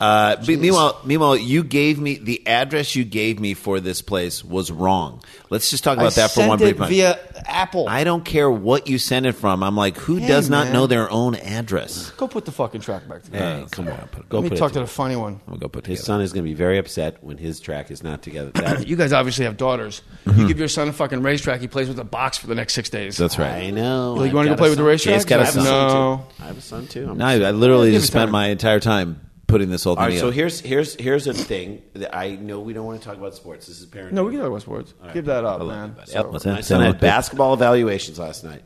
Uh, but meanwhile, meanwhile, you gave me the address you gave me for this place was wrong. Let's just talk about
I
that for
sent
one
it
brief moment.
via Apple.
I don't care what you sent it from. I'm like, who
Hey,
does not
man.
know their own address?
Go put the fucking track
Uh,
back together.
Hey, come on, put, go
Let
put
me
it.
talk to
together.
the funny one.
I'm gonna go put it
His
together.
son is going to be very upset when his track is not together. That, <laughs>
You guys obviously have daughters. You give your son a fucking racetrack. He plays with a box for the next six days.
Mm-hmm. That's <laughs> right.
I know.
Like,
I've
you want to
got a
go play with the
son.
racetrack?
Jay's got a
I have
son.
No.
I have a son too. I'm
No, I, I literally
Give
just
it
spent
time.
my entire time putting this whole thing
All right, so
together.
here's here's here's a thing that I know we don't want to talk about sports. This is parent.
No, we can talk about sports. Give that up, man.
Yep,
So-
that's it.
My son
Send
had
it back.
basketball evaluations last night.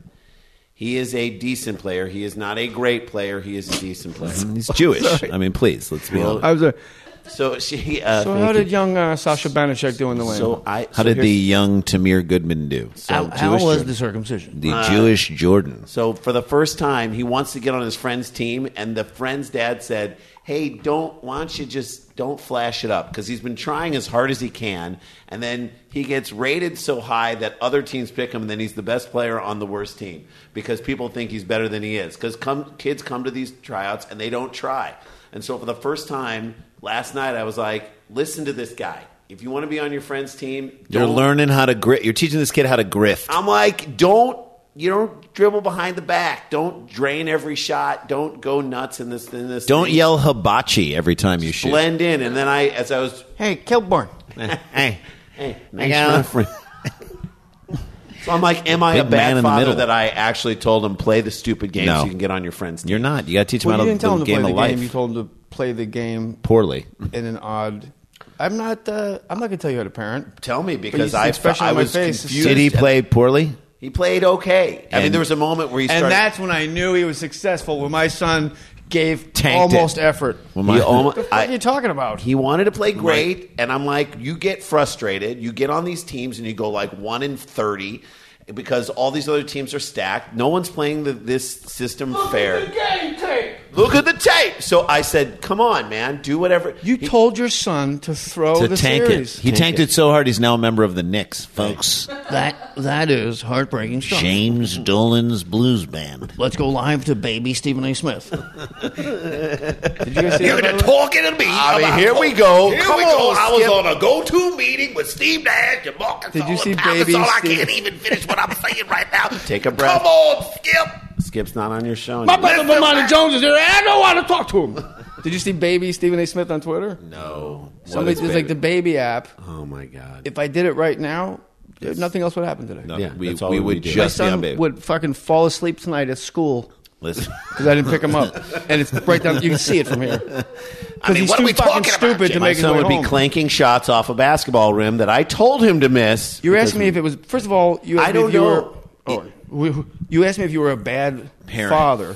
He is a decent player. He is not a great player. He is a decent player.
<laughs> He's Jewish. I mean, please, let's be honest.
I was a,
<laughs> So she. Uh,
so
thank
how
you.
did young uh, Sasha Banachek do in the lane?
So I. so
How did the
here's-
young Tamir Goodman do?
So
How, how
Jewish
was
Jordan.
the circumcision?
The Jewish Jordan.
Uh, So for the first time, he wants to get on his friend's team, and the friend's dad said, "Hey, don't why don't you just don't flash it up?" Because he's been trying as hard as he can, and then he gets rated so high that other teams pick him, and then he's the best player on the worst team because people think he's better than he is. Because come, kids come to these tryouts and they don't try, and so for the first time last night, I was like, "Listen to this guy." if you want to be on your friend's team,
You're
don't-
learning how to grit. You're teaching this kid how to grift.
I'm like, don't you don't dribble behind the back. Don't drain every shot. Don't go nuts in this. In this.
Don't
thing.
yell hibachi every time you shoot.
Blend in, and then I, as I was,
Hey, Kilborn.
Hey,
hey,
I got a friend.
so I'm like, am I
Big
a
man
bad
in the
father
middle.
that I actually told him play the stupid game
No.
so you can get on your friend's team?
You're not. You got to teach him
Well,
how
you
to
didn't tell
the
him to play
game
the
of
game.
life
You told him to play the game
poorly.
in an odd. I'm not. Uh, I'm not going to tell you how to parent.
Tell me because
But you-
I,
expression
I
on my
was
face is
confused.
Did he play poorly?
He played okay. I mean,
And-
there was a moment where he
And
started.
that's when I knew he was successful. When my son gave
Tanked it.
almost effort.
Well,
he
my-
almost,
What
I-
are you talking about?
He wanted to play great, and I'm like, you get frustrated. You get on these teams and you go like one in thirty because all these other teams are stacked. No one's playing the, this system fair. Look at the game tape. Look at the tape. So I said, come on, man, do whatever. <laughs>
you told your son to throw
to
the
tank
series.
it. He tanked it so hard he's now a member of the Knicks, folks.
That that is heartbreaking
<laughs>
stuff.
James Dolan's blues <laughs> band.
Let's go live to baby Stephen A. Smith.
Did you guys see that, by the way?
talking to me.
I mean, here we go.
Here
Come
we go.
on,
I was
Skip.
on a go-to meeting with Steve Nash and Marcus.
Did you
All
see
and Pal.
Baby
That's all I
Steve?
can't even finish what I'm saying right now.
Take a breath.
Come on, Skip.
Skip's not on your show.
My
anymore.
brother Bomani Jones is here. I don't want to talk to him. Did you see Baby Stephen A. Smith on Twitter?
no.
Somebody did like the Baby app.
Oh my god.
If I did it right now, nothing else would happen today.
Yeah,
we,
that's all
we
we
would
do.
My
just be on
son
baby.
would fucking fall asleep tonight at school
Listen,
because I didn't pick him up, and it's right down. You can see it from here. Because
mean,
he's
what are
too
we
fucking
talking about,
stupid
Jay?
to
My
make his
son
way
would be
home.
clanking shots off a basketball rim that I told him to miss.
You're asking me if it was. First of all, you asked
I
me
don't
if you
know.
were. Oh, you asked me if you were a bad
Parent.
father,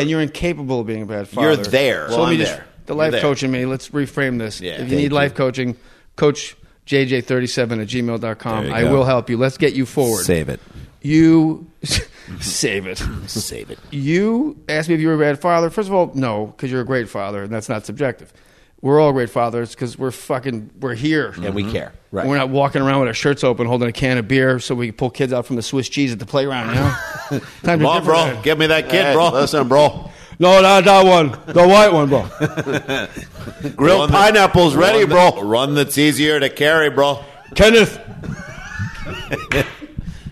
and you're incapable of being a bad father.
You're there.
So
Well,
let me
I'm
just
there.
the
You're
life
there.
coach in me. Let's reframe this.
Yeah.
if you
Thank
need
you.
life coaching, coach jj37 at gmail.com.
There you
I
go.
will help you. Let's get you forward.
save it.
You <laughs> save it.
Save it.
You asked me if you were a bad father. First of all, no, because you're a great father, and that's not subjective. We're all great fathers because we're fucking we're here
And we care. Right.
Mm-hmm. We're not walking around with our shirts open, holding a can of beer, so we can pull kids out from the Swiss cheese at the playground. You <laughs> know, Times
Come
are
on,
different.
bro. Give me that kid, bro. Listen, bro.
No, not that one, the white one, <laughs> bro.
Grilled pineapples
ready,
bro. Run that's easier to carry, bro.
Kenneth,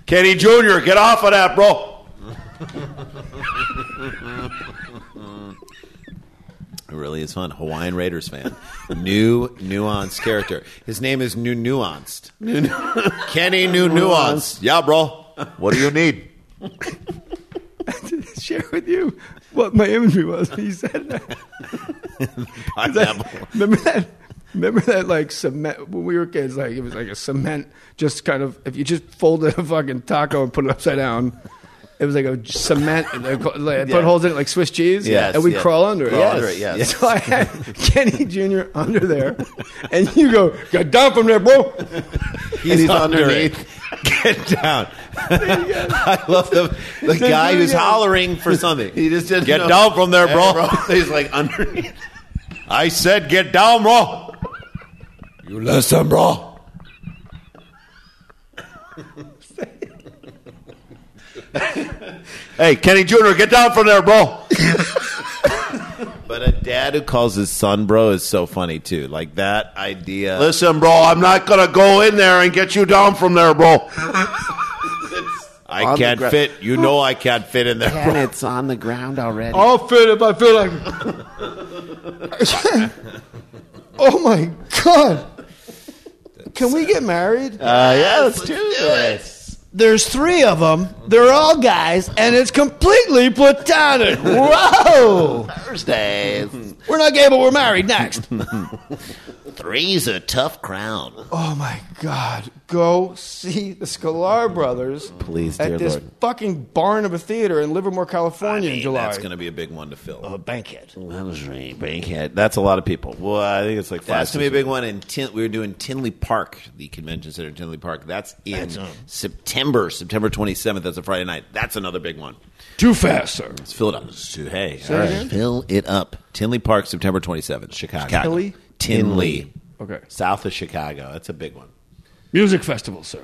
Kenny Jr., get off of that, bro. It really is fun. Hawaiian Raiders fan. New nuanced character. His name is New Nuanced. Kenny New Nuanced. Yeah, bro. What do you need?
share with you what my imagery was when you said that.
Pineapple.
<laughs> Remember that? Remember that like cement when we were kids, like it was like a cement, just kind of if you just folded a fucking taco and put it upside down, it was like a cement. and they put- Like, Put holes in it like Swiss cheese,
Yes,
and we
yes.
crawl under it.
Crawl under it, yes.
<laughs> So I had Kenny Jr. under there, and you go, "Get down from there, bro."
<laughs> He's, underneath. Get down. I love the, the guy who's
Yeah.
hollering for something. He just didn't get
know.
down from there, bro.
He's like underneath.
I said, get down, bro. You listen, bro. <laughs> hey, Kenny Jr., get down from there, bro. but a dad who calls his son bro is so funny, too. Like that idea.
Listen, bro, I'm not gonna go in there and get you down from there, bro.
I can't fit. You know I can't fit in there, bro.
it's on the ground already.
I'll fit if I feel like. it. <laughs> oh my god! Can we get married?
Uh, yeah, let's, do this.
There's three of them. They're all guys, and it's
<laughs>
completely platonic. Whoa!
Thursdays.
We're not gay, but we're
<laughs>
married. Next.
Three's a tough crowd.
Oh my God! Go see the Scalar Brothers,
Please,
at
dear
this
Lord.
fucking barn of a theater in Livermore, California, in July.
That's going to be a big one to fill.
A bankhead.
That was right, Bankhead. That's a lot of people. Well, I think it's like five. That's gonna be a big one. In Tin- we were doing Tinley Park, the convention center in Tinley Park. That's in September, September twenty seventh. That's a Friday night. That's another big one.
Too fast, sir.
Let's fill it up. Let's do- Hey, all right. fill it up. Tinley Park, September twenty seventh, Chicago.
Tinley?
Tinley.
Okay.
South of Chicago. That's a big one.
Music festival, sir.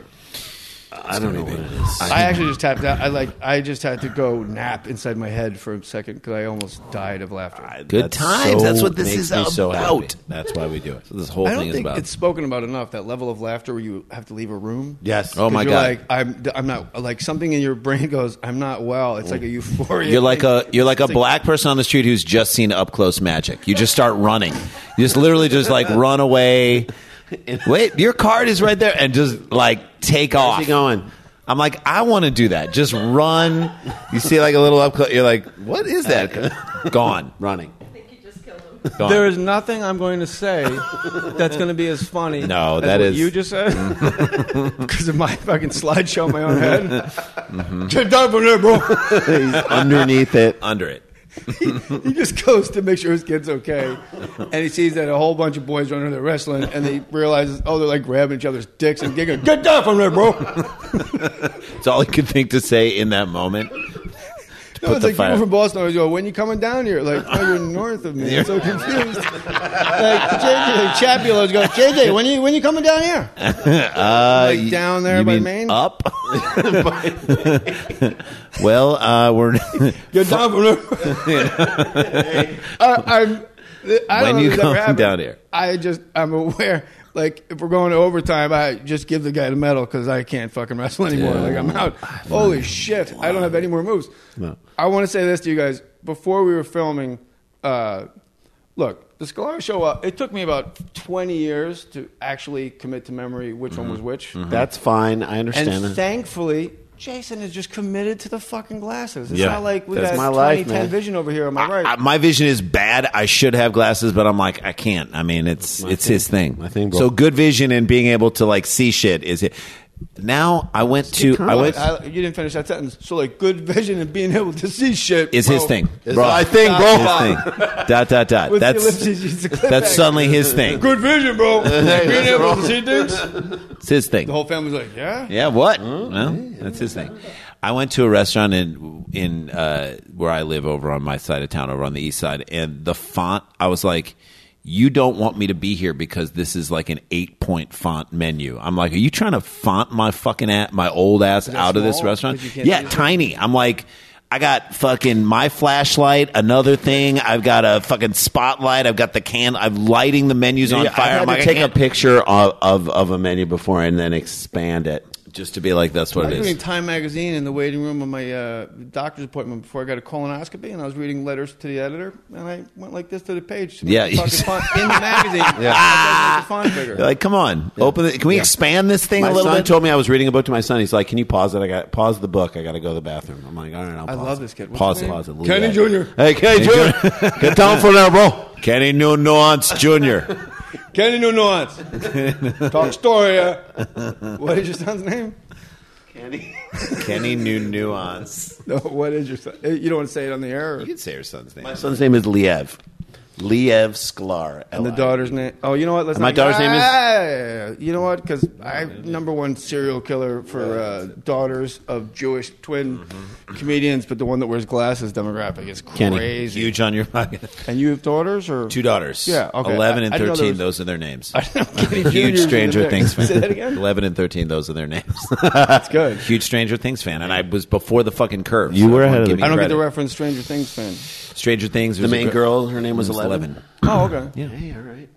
I don't know what it is.
I actually just tapped out. I like. I just had to go nap inside my head for a second because I almost died of laughter. I,
Good
That's so-
times. That's what this
makes
is
me
about.
so happy. That's why we do it.
So this whole
don't
thing is
think
about.
it's spoken about enough. That level of laughter where you have to leave a room.
Yes.
Oh,
'Cause
my
you're
God.
Like I'm. I'm not. Like something in your brain goes. I'm not well. It's like a euphoria.
You're like a you're like a
It's
black person on the street who's just seen up close magic. You just start running. You just literally
<laughs>
just like run away. Wait, your card is right there, and just like take off.
he going?
I'm like, I want to do that. Just run. You see like a little up close. You're like, what is
<laughs>
that? Gone.
running.
I think you just killed him.
Gone.
There is nothing I'm going to say that's going to be as funny.
No,
as
that
what
is- Mm.
you just said <laughs> because of my fucking slideshow in my own
<laughs>
head.
Mm-hmm.
Get down from there, bro.
<laughs>
underneath it.
under it.
He just goes to make sure his kid's okay, and he sees that a whole bunch of boys are under there wrestling, and he realizes, oh, they're like grabbing each other's dicks and giggling. <laughs> Get down from there,
<laughs>
bro.
It's all he could think to say in that moment.
No, it's
the
like
fire-
people from Boston always go, when you coming down here? Like, oh, you're north of me. I'm so confused. like, JJ, like, Chapulo's going, JJ, when you, when you coming down <laughs> here? like, down there
Uh, You
by
mean
Maine?
<laughs>
Up. <laughs> well, uh,
<laughs>
we're
You're down from <laughs> I, Uh, I'm, I don't
When
know
you
if it's ever
come
happened.
down here.
I just, I'm aware. Like, if we're going to overtime, I just give the guy the medal because I can't fucking wrestle anymore. Like, I'm out. Holy shit. I don't have any more moves. I want to say this to you guys. Before we were filming, uh, look, the Scholar Show, uh, it took me about 20 years to actually commit to memory which
Mm-hmm.
one was which.
That's fine. I understand
And
that.
thankfully, Jason is just committed to the fucking glasses. It's
Yeah.
not like we
That's
got
my
20,
life,
10
man.
vision over here. Am I right?
I- my vision is bad. I should have glasses, but I'm like, I can't. I mean, it's it's his thing.
My thing, bro.
so good vision and being able to like see shit is it. Now I went to I went.
I- you didn't finish that sentence. So, like, good vision and being able to see shit
Is
bro.
his thing,
It's
bro?
my thing, bro.
His thing.
<laughs>
Dot dot dot.
With the
that's
ellipses, it's a clip
that's
back.
suddenly his thing.
Good vision,
<laughs>
bro. being able to see things.
It's his thing.
The whole family's like, yeah. Oh,
Yeah, what? Well, that's his thing. I went to a restaurant in in uh, where I live over on my side of town, over on the east side, and the font. I was like, "You don't want me to be here because this is like an eight point font menu." I'm like, "Are you trying to font my fucking ass, my old ass
that
out of this
small?
restaurant?"
'Cause you can't
Yeah,
use it?
tiny. I'm like. I got fucking my flashlight, another thing. I've got a fucking spotlight. I've got the can. I'm lighting the menus on
Yeah,
fire.
I've had
I'm
to
like, I
take a
can't-
picture of, of, of a menu before and then expand it.
just to be like, that's what
I
it
was
is.
reading Time magazine in the waiting room of my uh, doctor's appointment before I got a colonoscopy, and I was reading letters to the editor, and I went like this to the page. To make
Yeah,
the
you
fucking
just-
font in the
<laughs>
magazine. yeah, I gotta make the font bigger.
They're like, come on, open it. Can we expand this thing
My
a little
son
bit?
told me I was reading a book to my son. He's like, "Can you pause it? I got pause the book. I got to go to the bathroom." I'm like, "All right, I'll
I
pause
love
it.
this kid. What's
pause
his
it.
name?
Pause it. Leave
Kenny
that.
Jr..
Hey, Kenny Jr. <laughs> Get down for now, bro.
Kenny New Nuance Jr.
Kenny New Nuance. <laughs> Talk story. uh, What is your son's name?
Kenny New Nuance.
No, what is your son? eh, You don't want to say it on the air. Or,
You can say your son's name.
My son's name is Liev. Liev Sklar.
and the daughter's name. Oh, you know what? Let's
My
not-
daughter's name is-
Ah, You know what? Because I number one serial killer for uh, daughters of Jewish twin comedians, but the one that wears glasses demographic is
Kenny.
crazy.
Huge on your pocket.
And you have daughters or
Two daughters.
Yeah, okay.
Eleven and
I- I didn't know
thirteen.
there was-
Those are
<laughs>
their
<laughs>
names.
Kenny Jr.
Huge
is in the
Stranger Things
mix. Say
fan.
that again.
Eleven and thirteen. Those are their names.
That's good.
<laughs> Huge Stranger Things fan, and I was before the fucking curve.
You were
everyone
ahead of
give
the-
me
I don't get
credit.
the reference. Stranger Things fan.
Stranger Things.
The main girl, her name was Eleven.
Eleven.
Oh, okay.
Yeah.
Hey, all right.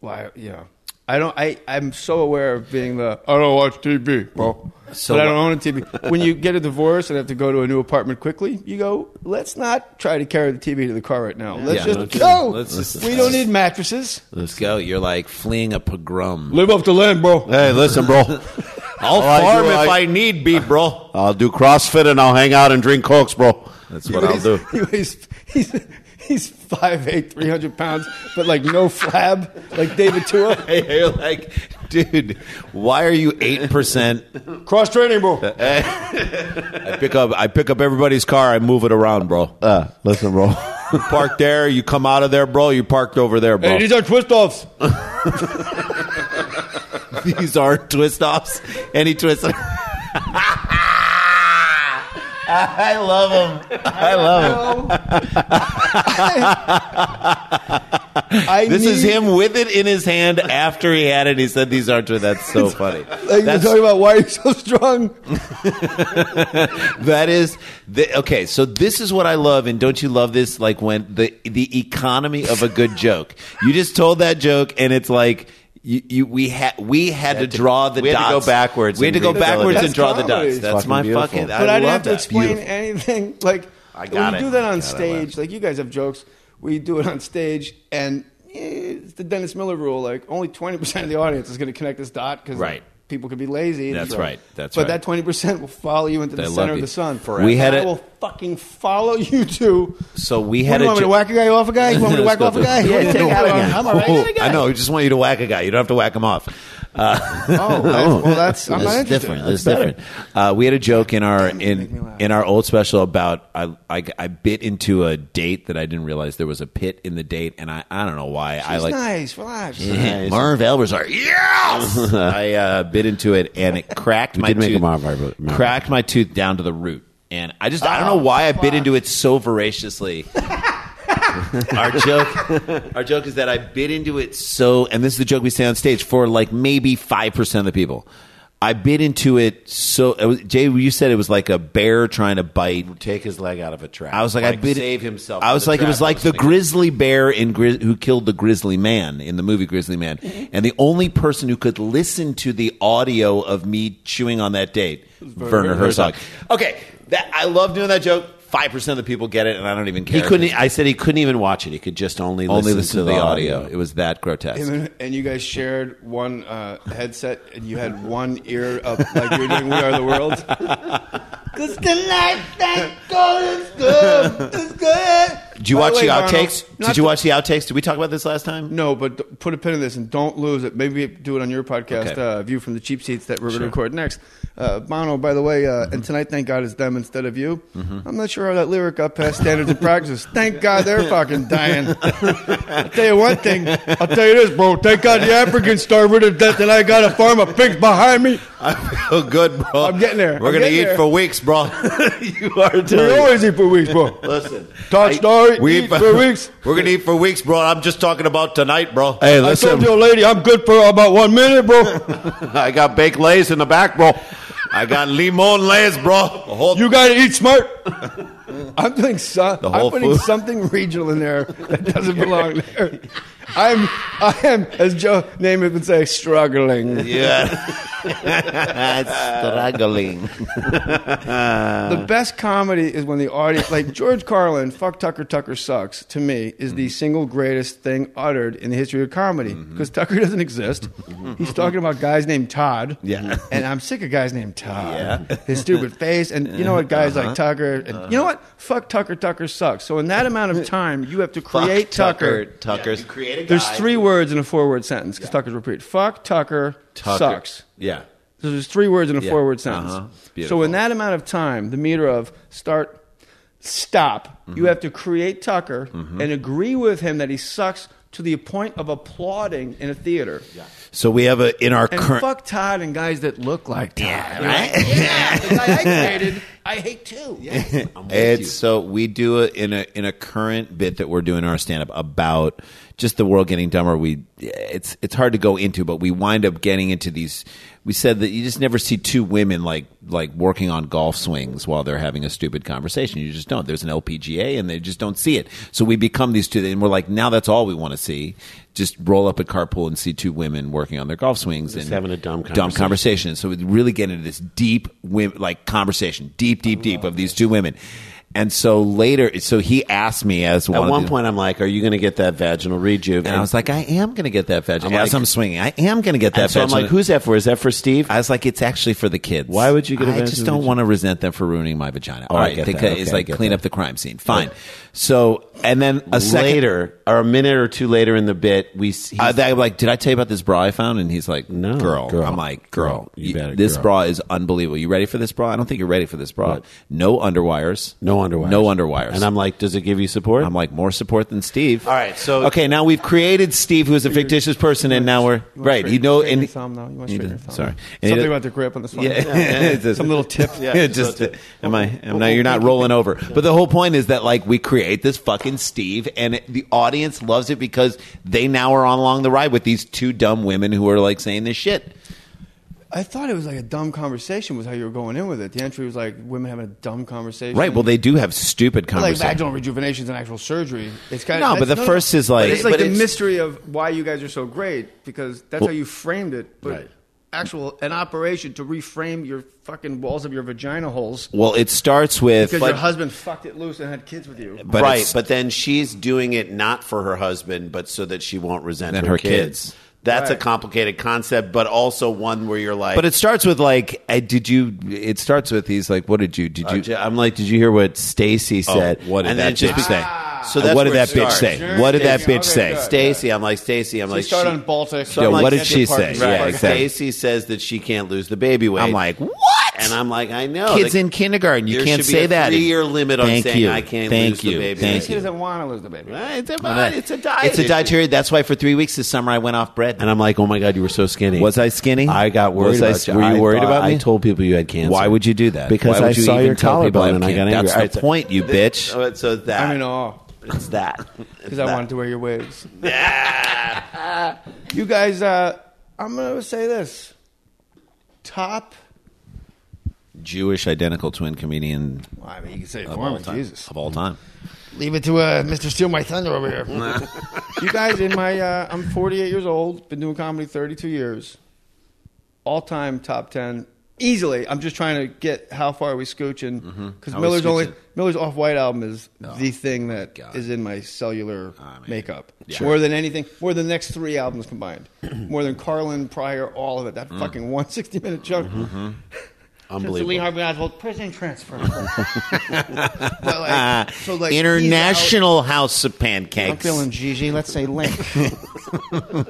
Well, I, yeah. I don't. I I'm so aware of being the I don't watch TV, bro.
So
but I don't
what-
own a TV. when you get a divorce and have to go to a new apartment quickly, you go. Let's not try to carry the TV to the car right now. Let's
Yeah,
just
no
go.
kidding. Let's just-
we don't need mattresses.
Let's go. You're like fleeing a pogrom.
Live off the land, bro.
Hey, listen, bro.
<laughs> I'll
I do,
farm if
I-
I need be, bro.
I'll do CrossFit and I'll hang out and drink cokes, bro.
That's what I'll do.
He weighs, <laughs> he's he's five eight, three hundred pounds, but like no flab, like David
<laughs>
Tua.
You're like, dude, why are you eight percent?
Cross training, bro.
<laughs> I pick up, I pick up everybody's car, I move it around, bro.
Uh, listen, bro.
You park there, you come out of there, bro. You parked over there, bro.
Hey, these are twist offs.
<laughs> These are twist offs. Any twist? <laughs> I <laughs> love them. I love them.
I
this is
need-
him with it in his hand after he had it. He said these aren't true. That's so funny.
Like you're
That's-
talking about why you're so strong.
that is the, okay. So this is what I love, and don't you love this? Like when the the economy of a good joke. You just told that joke, and it's like. You, you, we had we had to draw the
we had to
dots.
go backwards
We had to
and
go
read
backwards
the-
and draw the
That's comedy.
dots. That's
Fucking
my
beautiful.
fucking.
but I,
I
didn't
love
have to
that.
explain
Beautiful.
anything. <laughs> Like
I got
we
it.
do that
I
on
got it. I
stage. Like you guys have jokes. We do it on stage, and eh, it's the Dennis Miller rule. Like only twenty percent of the audience is going to connect this dot because
Right.
people could be lazy. and
That's
throw-
right. That's
but
right.
that twenty percent will follow you into
They
the
love
center of
you.
the sun
Forever. We had
And I
a-
will fucking follow you to.
So we
What,
had
do you
a
want me
jo-
to whack a guy off a guy? You
<laughs>
want me to whack off a guy? What do you want me to do? I'm all right.
I <laughs> know. I just want you to whack a guy. You don't have to whack him off. Uh,
Oh, that's- <laughs> well, that's- I'm not
That's
interested.
different. That's different. Uh, we had a joke in our in in our old special about I, I I bit into a date that I didn't realize there was a pit in the date, and I I don't know why I
It's
like. <laughs>
nice. Relax.
Marv Elbersar, yes! I uh, bit into it and it cracked my
did make
tooth.
a Marv Elber-
cracked my tooth down to the root, and I just I don't know why I bit into it so voraciously. our joke, our joke is that I bit into it so, and this is the joke we say on stage for like maybe five percent of the people. I bit into it so. It was, Jay, you said it was like a bear trying to bite.
Take his leg out of a trap.
I was like, I bit
save himself.
I
from
was
the
like, it
trap
was
I
like the
thinking.
grizzly bear in Grizz- who killed the grizzly man in the movie Grizzly Man,
Mm-hmm.
and the only person who could listen to the audio of me chewing on that date, Werner Herzog. Okay, that I love doing that joke. Five percent of the people get it, and I don't even
He
care.
couldn't. e, I said he couldn't even watch it. He could just only
only
listen,
listen to the audio. It was that
And,
grotesque.
then, <laughs> and you guys shared one uh, headset, and you had one ear up, like you were doing "We Are the World."
<laughs>
Cause the life that goes good is good.
Did you
By
watch
way,
the
Arnold,
outtakes?
not
Did you
to-
watch the outtakes? Did we talk about this last <laughs> time?
No, but th- put a pin in this and don't lose it. Maybe do it on your podcast,
Okay.
uh, View from the Cheap Seats, that we're going to record next. Uh, Bono, by the way, uh,
Mm-hmm.
and tonight, thank God, is them instead of you. I'm not sure how that lyric got past standards and practices. Thank God
<laughs>
they're fucking dying. I'll tell you one thing. I'll tell you this, bro. Thank God the Africans starved rid of death, and I got a farm of pigs behind me.
I feel Oh, good, bro.
I'm getting there.
We're
I'm
gonna
getting
eat
there.
for weeks, bro. <laughs> you are
We
doing.
always eat for weeks, bro.
Listen,
Todd
I-
Story,
<laughs>
eat for weeks.
We're gonna eat for weeks, bro. I'm just talking about tonight, bro.
Hey,
I
listen.
told your lady I'm good for about one minute, bro.
<laughs>
I got baked lays in the back, bro.
I got limon lays, bro. The whole
You got to eat smart. <laughs> I'm doing so,
whole
I'm putting
food.
something regional in there that doesn't belong there. I'm I am as Joe Namath would say struggling.
struggling.
The best comedy is when the audience like George Carlin, fuck Tucker Tucker sucks to me is the single greatest thing uttered in the history of comedy because Tucker doesn't exist. He's talking about guys named Todd.
Yeah.
And I'm sick of guys named Todd. His stupid face and you know what guys like Tucker and you know what fuck Tucker Tucker sucks. So in that amount of time you have to <laughs> create Tucker.
Tucker's
There's three words in a four word sentence because Tucker's repeated. Fuck Tucker, sucks.
Yeah.
So there's three words in a
Yeah.
four word sentence.
Uh-huh.
So
Beautiful.
in that amount of time, the meter of start, stop,
Mm-hmm.
you have to create Tucker and agree with him that he sucks to the point of applauding in a theater.
So we have a in our
And
current. <laughs>
fuck Todd and guys that look like Todd. Yeah, <laughs>
right?
the guy I
<laughs>
created, I hate too.
It's so we do a, in a in a current bit that we're doing in our stand up about just the world getting dumber. We it's it's hard to go into, but we wind up getting into these. We said that you just never see two women like like working on golf swings while they're having a stupid conversation. You just don't. There's an LPGA, and they just don't see it. So we become these two, and we're like, now that's all we want to see. Just roll up at carpool and see two women working on their golf swings and
having a dumb
dumb
conversation.
conversation. So we really get into this deep, wom- like conversation, deep, deep, deep of these two women. And so later, so he asked me
<laughs>
as
At
one, of
one
the-
point, I'm like, "Are you going to get that vaginal rejuve?"
and I was like, I am going to get that veg.
I'm
as
like-
I'm swinging, I am going to get that
and so I'm
veg.
like, "Who's that for? Is that for Steve?"
I was like, it's actually for the kids.
Why would you get a
I just
vaginal
don't
vagina?
want to resent them for ruining my vagina. All
Oh, I
right,
get
think
that.
it's
Okay,
like
I get
clean
that.
up the crime scene. Fine. So and then a second
later, or a minute or two later in the bit, we s-
I, I'm like, did I tell you about this bra I found? And he's like,
No,
girl.
girl.
I'm like, girl,
Girl, you
you-
better
this
girl.
bra is unbelievable. You ready for this bra? I don't think you're ready for this bra. No underwires.
No
underwires.
No underwires.
And I'm like, does it give you support?
I'm like more support than Steve.
All right, so-
okay, now we've created Steve, who is a fictitious person, and now we're
You wanna
right.
straighten-
You know,
straighten
and
your thumb, though. You want to
you
straighten
do-
your thumb.
sorry, And he
Something
does-
about the grip on this one.
yeah,
<laughs>
<laughs> It's a-
Some little tip.
Yeah, just uh, am I? Am I? You're not rolling over. But the whole point is that like we create this fucking Steve, and it, the audience loves it because they now are on along the ride with these two dumb women who are like saying this shit.
I thought it was like a dumb conversation was how you were going in with it. The entry was like women having a dumb conversation.
Right. Well, they do have stupid
like
conversations.
vaginal rejuvenation's and actual surgery. It's kind
No,
of
but the first is like-
it's like
but
the
it's-
mystery of why you guys are so great because that's
Well-
how you framed it. But
Right.
actual an operation to reframe your fucking walls of your vagina holes
well, it starts with
because
but,
your husband fucked it loose and had kids with you.
but
right,
it's-
but then she's doing it not for her husband, but so that she won't resent
And
her,
her
kids.
kids.
That's a
Right.
complicated concept, but also one where you're like,
But it starts with like, I, did you? It starts with he's like, what did you? Did you? I'm like, did you hear what Stacy said?
Oh, what did
and
that
then it just
bitch
be-
say?
So that's
What did
where
that
it
bitch
starts.
say?
What did that
Ah, Stacy,
bitch
okay,
say?
good.
Stacy, I'm like Stacy, I'm
So you
like
start
she-
on Baltic.
So I'm
Yeah,
like,
what did
Central
she
Park
say?
is
Yeah,
right.
exactly.
Stacy says that she can't lose the baby weight.
I'm like, what?
and I'm like, I know
kids
that-
in kindergarten. You
Oh, there
can't
should be
say
a
that.
Three-year limit on
Thank
saying
you.
I can't
Thank
lose
you.
the baby.
Thank
She
you.
doesn't want to lose the baby.
Right, It's a,
I'm not-
diet. it's a diet.
It's a
issue.
dietary. That's why for three weeks this summer I went off bread.
And I'm like, oh my god, you were so skinny.
Was I skinny?
I got worried
Was I
about
s-
you.
were you
I
worried
thought-
about me?
I told people you had cancer.
Why would you do that?
Because
Why
I
would you
saw
even
your
tell people
collarbone
have
and I got
cancer?
angry.
That's
All right,
the
so-
point, you bitch.
So, so that
I'm in awe
it's that
because I wanted to wear your
<laughs>
wigs. <laughs> you guys, uh, I'm gonna say this. Top.
Jewish identical twin comedian
Well, I mean, you can say it
of
for
all
me.
time.
Jesus.
Of all time.
Leave it to uh, Mr. Steal My Thunder over here.
<laughs> you guys in my uh, i'm 48 years old been doing comedy 32 years all time top 10 easily i'm just trying to get how far are we scooching because
Mm-hmm. How we
miller's only
scooching?
miller's off white album is the thing that is in my cellular makeup more than anything more than the next three albums combined <clears throat> more than carlin prior all of it that
Mm.
fucking 160 minute chunk
Mm-hmm.
Unbelievable. Lee Harvey Oswald prison
<laughs>
transfer. But, like, so, like, he's out.
International House of Pancakes.
I'm feeling Gigi. Let's say Link.
but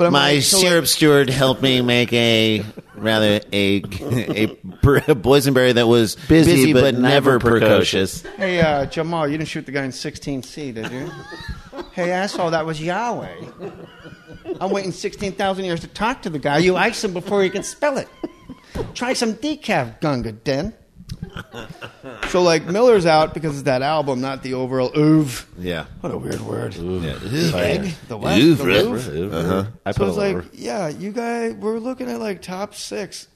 i'm
My
like, so, like,
syrup steward helped me make a rather a a, br- boysenberry that was busy, but, never precocious.
hey, uh, Jamal, you didn't shoot the guy in 16C, did you? hey, asshole, that was Yahweh. I'm waiting 16,000 years to talk to the guy. You ice him before he can spell it. Try some decaf, Gunga Den.
so like miller's out because it's that album not the overall oov
Yeah.
What a weird word.
Egg?
The what? the roof?
Uh-huh.
I
So
put
it's
a
like,
like,
yeah, you guys, we're looking at like top six.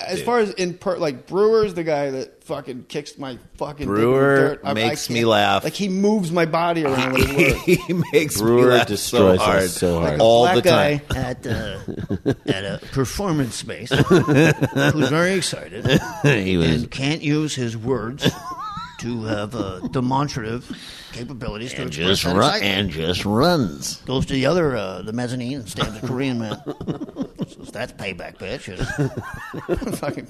As far as in per, like Brewer's the guy that fucking kicks my fucking dick in the
Brewer
dirt.
makes me
can't-
laugh.
Like he moves my body around with <laughs> a
<laughs>
word.
he makes
Brewer
me laugh so
destroys us
hard,
so hard. Like a
all
black
the time.
guy.
at, uh,
<laughs>
at a performance space who's very excited
<laughs> he was
and can't use his words <laughs> to have uh, demonstrative capabilities to
and
express
just
that
ru-
excitement.
and just runs.
Goes to the other, uh, the mezzanine, and stabs a Korean <laughs> man. Says, That's payback, bitch.
<laughs>
<laughs> fucking,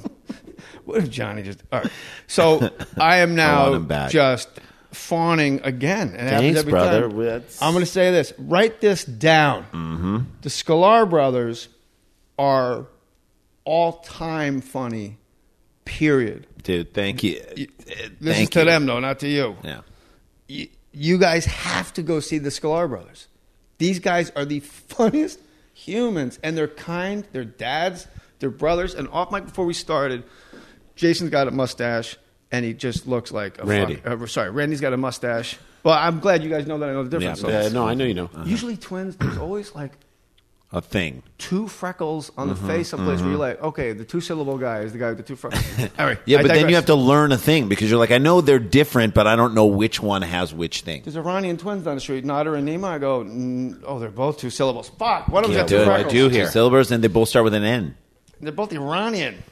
what if Johnny just? All right. So I am
<laughs> I want
now
him back.
just fawning again. And it happens
Thanks,
every
brother.
time.
That's-
I'm going to say this. Write this down.
Mm-hmm.
The Scalar brothers are all time funny. Period.
Dude, thank you.
This
eh, thank
is to
you.
them though, not to you.
Yeah.
Y- You guys have to go see the Scalar brothers. These guys are the funniest humans, and they're kind. They're dads. They're brothers. And off mic before we started, Jason's got a mustache, and he just looks like a
Randy.
fuck- uh, sorry, Randy's got a mustache. Well, I'm glad you guys know that. I know the difference. Uh-huh.
yeah, uh, no, I know you know.
Usually twins, there's always like
A thing.
two freckles on the
Uh-huh,
face someplace where you're like, okay, the two syllable guy is the guy with the two
<laughs>
freckles. All right.
Yeah,
I
but then you
digress.
have to learn a thing because you're like, I know they're different, but I don't know which one has which thing.
There's Iranian twins down the street, Nader and Nima. I go, "Mm, oh, they're both two syllables. Fuck, one of them's got two
Dude,
freckles.
Two syllables, and they both start with an N.
They're both Iranian.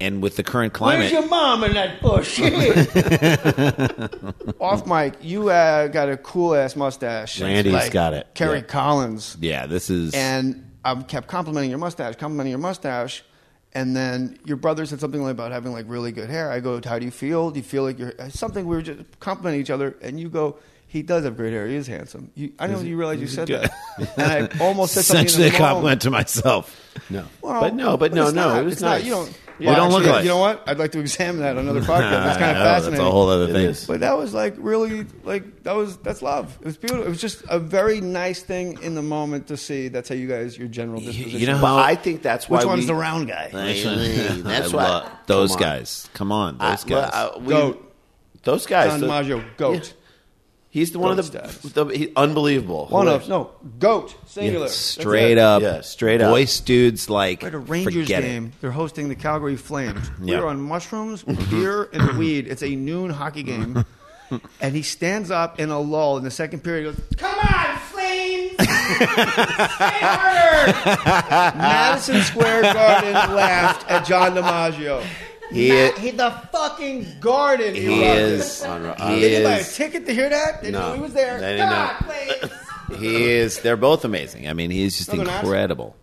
And with the current
Where's
climate,
your mom in that bush? Shit.
Off mic, you uh, got a cool ass mustache.
Randy's got it.
Kerry
Yeah.
Collins.
yeah, this is
And I kept complimenting your mustache, complimenting your mustache. And then your brother said something like about having like really good hair. I go, how do you feel? Do you feel like you're uh, something? We were just complimenting each other, and you go, he does have great hair. He is handsome. You, I don't know if you realize you said that.
<laughs>
And I almost said something. in
essentially
the
a
moment.
compliment to myself.
No,
Well,
but no, but no,
it's
no.
not.
it was
It's
nice.
not. You don't-
They don't look
actually,
alike.
You know what? I'd like to examine that on another podcast. It's
<laughs>
kind
I
of
know, that's a
fascinating.
whole other It thing. is.
But that was like really like that was that's love. It was beautiful. It was just a very nice thing in the moment to see. That's how you guys your general disposition.
you know
But
how-
I think that's why
Which one's
we,
the round guy?
Hey,
<laughs>
that's
I
why
love those
come on.
guys. Come on,
I-
those
well,
guys.
I- we-
Goat.
Those guys. uh,
Don
the-
Maggio, goat.
He's the one of the,
Goat
the he, unbelievable.
One of uh, no goat singular. That's
straight
it.
up,
Yeah, straight up.
Voice dudes like
We're at a Rangers
forget
game. They're hosting the Calgary Flames.
Yeah.
We're on mushrooms, beer, and weed. It's a noon hockey
<laughs>
game. and he stands up in a lull in the second period. He goes, Come on, Flames! Stay
<laughs>
harder! Madison Square Garden laughed at John DiMaggio.
It. He is.
He the fucking garden. He,
He
loved
is.
it.
He
Did you buy a
is.
ticket to hear that? Didn't
No.
know he was there.
They didn't
Come
know.
on,
<laughs>
Flames!
He is. They're both amazing. I mean, he is just
No, they're not.
incredible.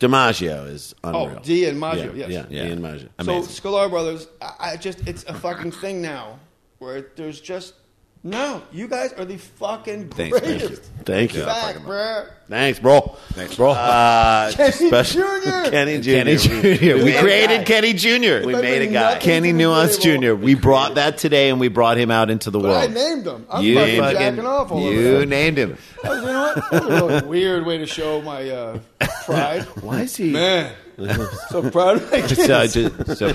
DiMaggio is unreal.
Oh, D and Maggio.
Yeah,
yes.
yeah,
Yeah.
Ian Maggio.
So
Amazing.
Scholar Brothers, I, I just it's a fucking thing now where there's just no. You guys are the fucking
Thanks, man.
greatest.
Thank you.
Back, bruh.
Thanks, bro. Thanks, bro. Uh,
Kenny
<laughs> special
Jr..
Kenny Jr.
Kenny Jr.
We,
We
created Kenny Jr. We
That
made a
means
guy.
nothing
Kenny
to me
Nuance Jr.
anymore.
We brought that today and we brought him out into the
But I
world.
named them. I'm
you
fucking
fucking-
jacking off all over
you
that.
named him.
That was- you know what? That was a really <laughs> weird way to show my uh, pride.
<laughs> Why is he? <laughs>
Man, so proud of my kids.
So, just, so
<laughs>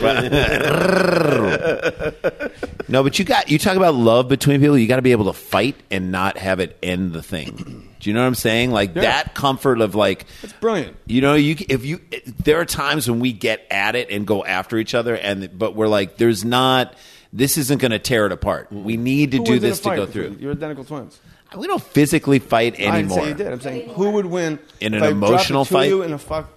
No, but you got you talk about love between people. You got to be able to fight and not have it end the thing. Do you know what I'm saying? Like that comfort of like
It's brilliant.
You know, you if you there are times when we get at it and go after each other, and but we're like, there's not. This isn't going to tear it apart. We need to
Who
do
wins in a
this to
fight
go
between-
through.
You're identical twins.
We don't physically fight
I didn't
anymore.
say you did. I'm saying who would win
In
if
an
I dropped it
emotional
to
fight? Mm-hmm.
You in a fuck.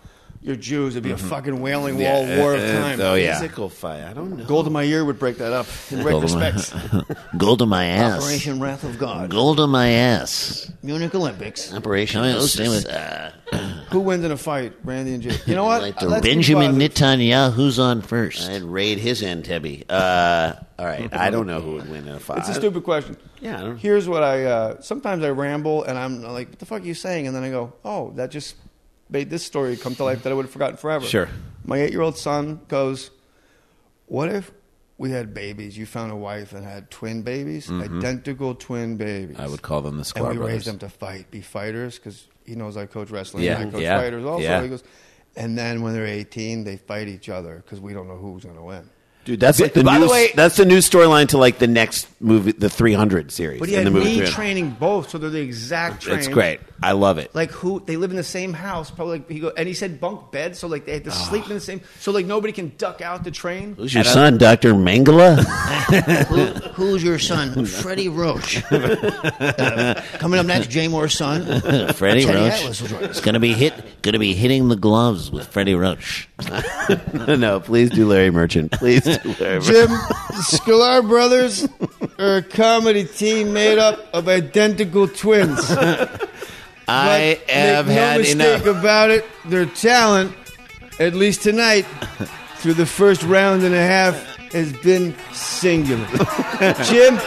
You're Jews. It'd be a fucking wailing
Yeah,
wall war of
uh, uh,
time.
oh yeah,
Physical fight. I don't know.
Gold in my ear would break that up in
Gold in my-
retrospect. <laughs>
<laughs>
Gold to my ass.
Operation Wrath of God.
Gold to my ass.
Munich Olympics.
Operation. uh,
Who wins in a fight, Randy and Jay? You know what?
Like the
Let's be
Benjamin
positive.
Netanyahu's on first. I'd raid his Entebbe. Uh, all right, I don't know who would win in a fight. Uh,
It's a stupid question.
Yeah, I don't-
Here's what I uh, sometimes I ramble and I'm like, "What the fuck are you saying?" And then I go, "Oh, that just made this story come to life that I would have forgotten forever."
Sure.
My eight-year-old son goes, "What if we had babies? You found a wife and had twin babies, identical twin babies."
Mm-hmm. I would call them the
and
Sklar
we
brothers.
raised them to fight, be fighters, because he knows I coach wrestling.
Yeah,
and I coach
yeah,
fighters also.
yeah.
He goes, and then when they're 18, they fight each other because we don't know who's going to win.
Dude, that's like the
By
new,
the way-
that's the new storyline to like the next movie, the 300 series.
But he
in
had
the movie
me
300.
training both, so they're the exact train.
It's great. I love it.
Like who they live in the same house, probably. Like, he go, and he said bunk beds, so like they had to
Ah.
sleep in the same. So like nobody can duck out the train.
Who's your son, Doctor Mangala?
Who's your son? Freddie
<laughs>
Roach. Uh, coming up next, Jay Moore's son.
Freddie
Teddy
Roach.
Atlas was right.
It's gonna be hit. Gonna be hitting the gloves with Freddie Roach. <laughs> no, please do Larry Merchant. <laughs> Please do Larry Merchant.
Jim, Sklar Brothers are a comedy team made up of identical
<laughs>
twins.
I
But
have
make no
had
mistake
enough.
about it. Their talent, at least tonight, through the first round and a half, has been
<laughs>
singular. Jim,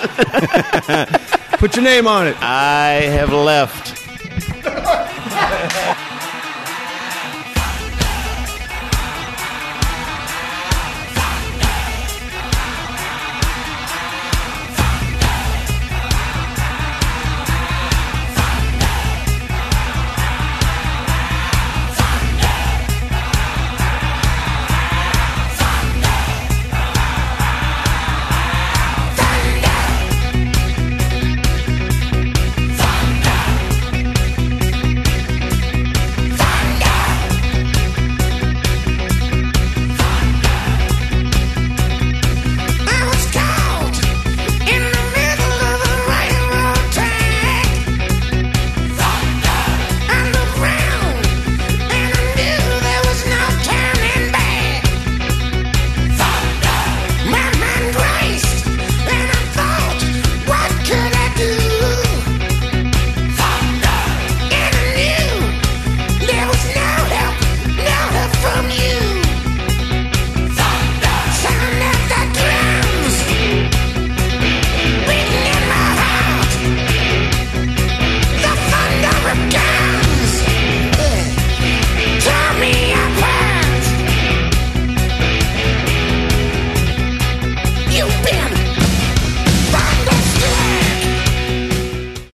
put your name on it.
I have left.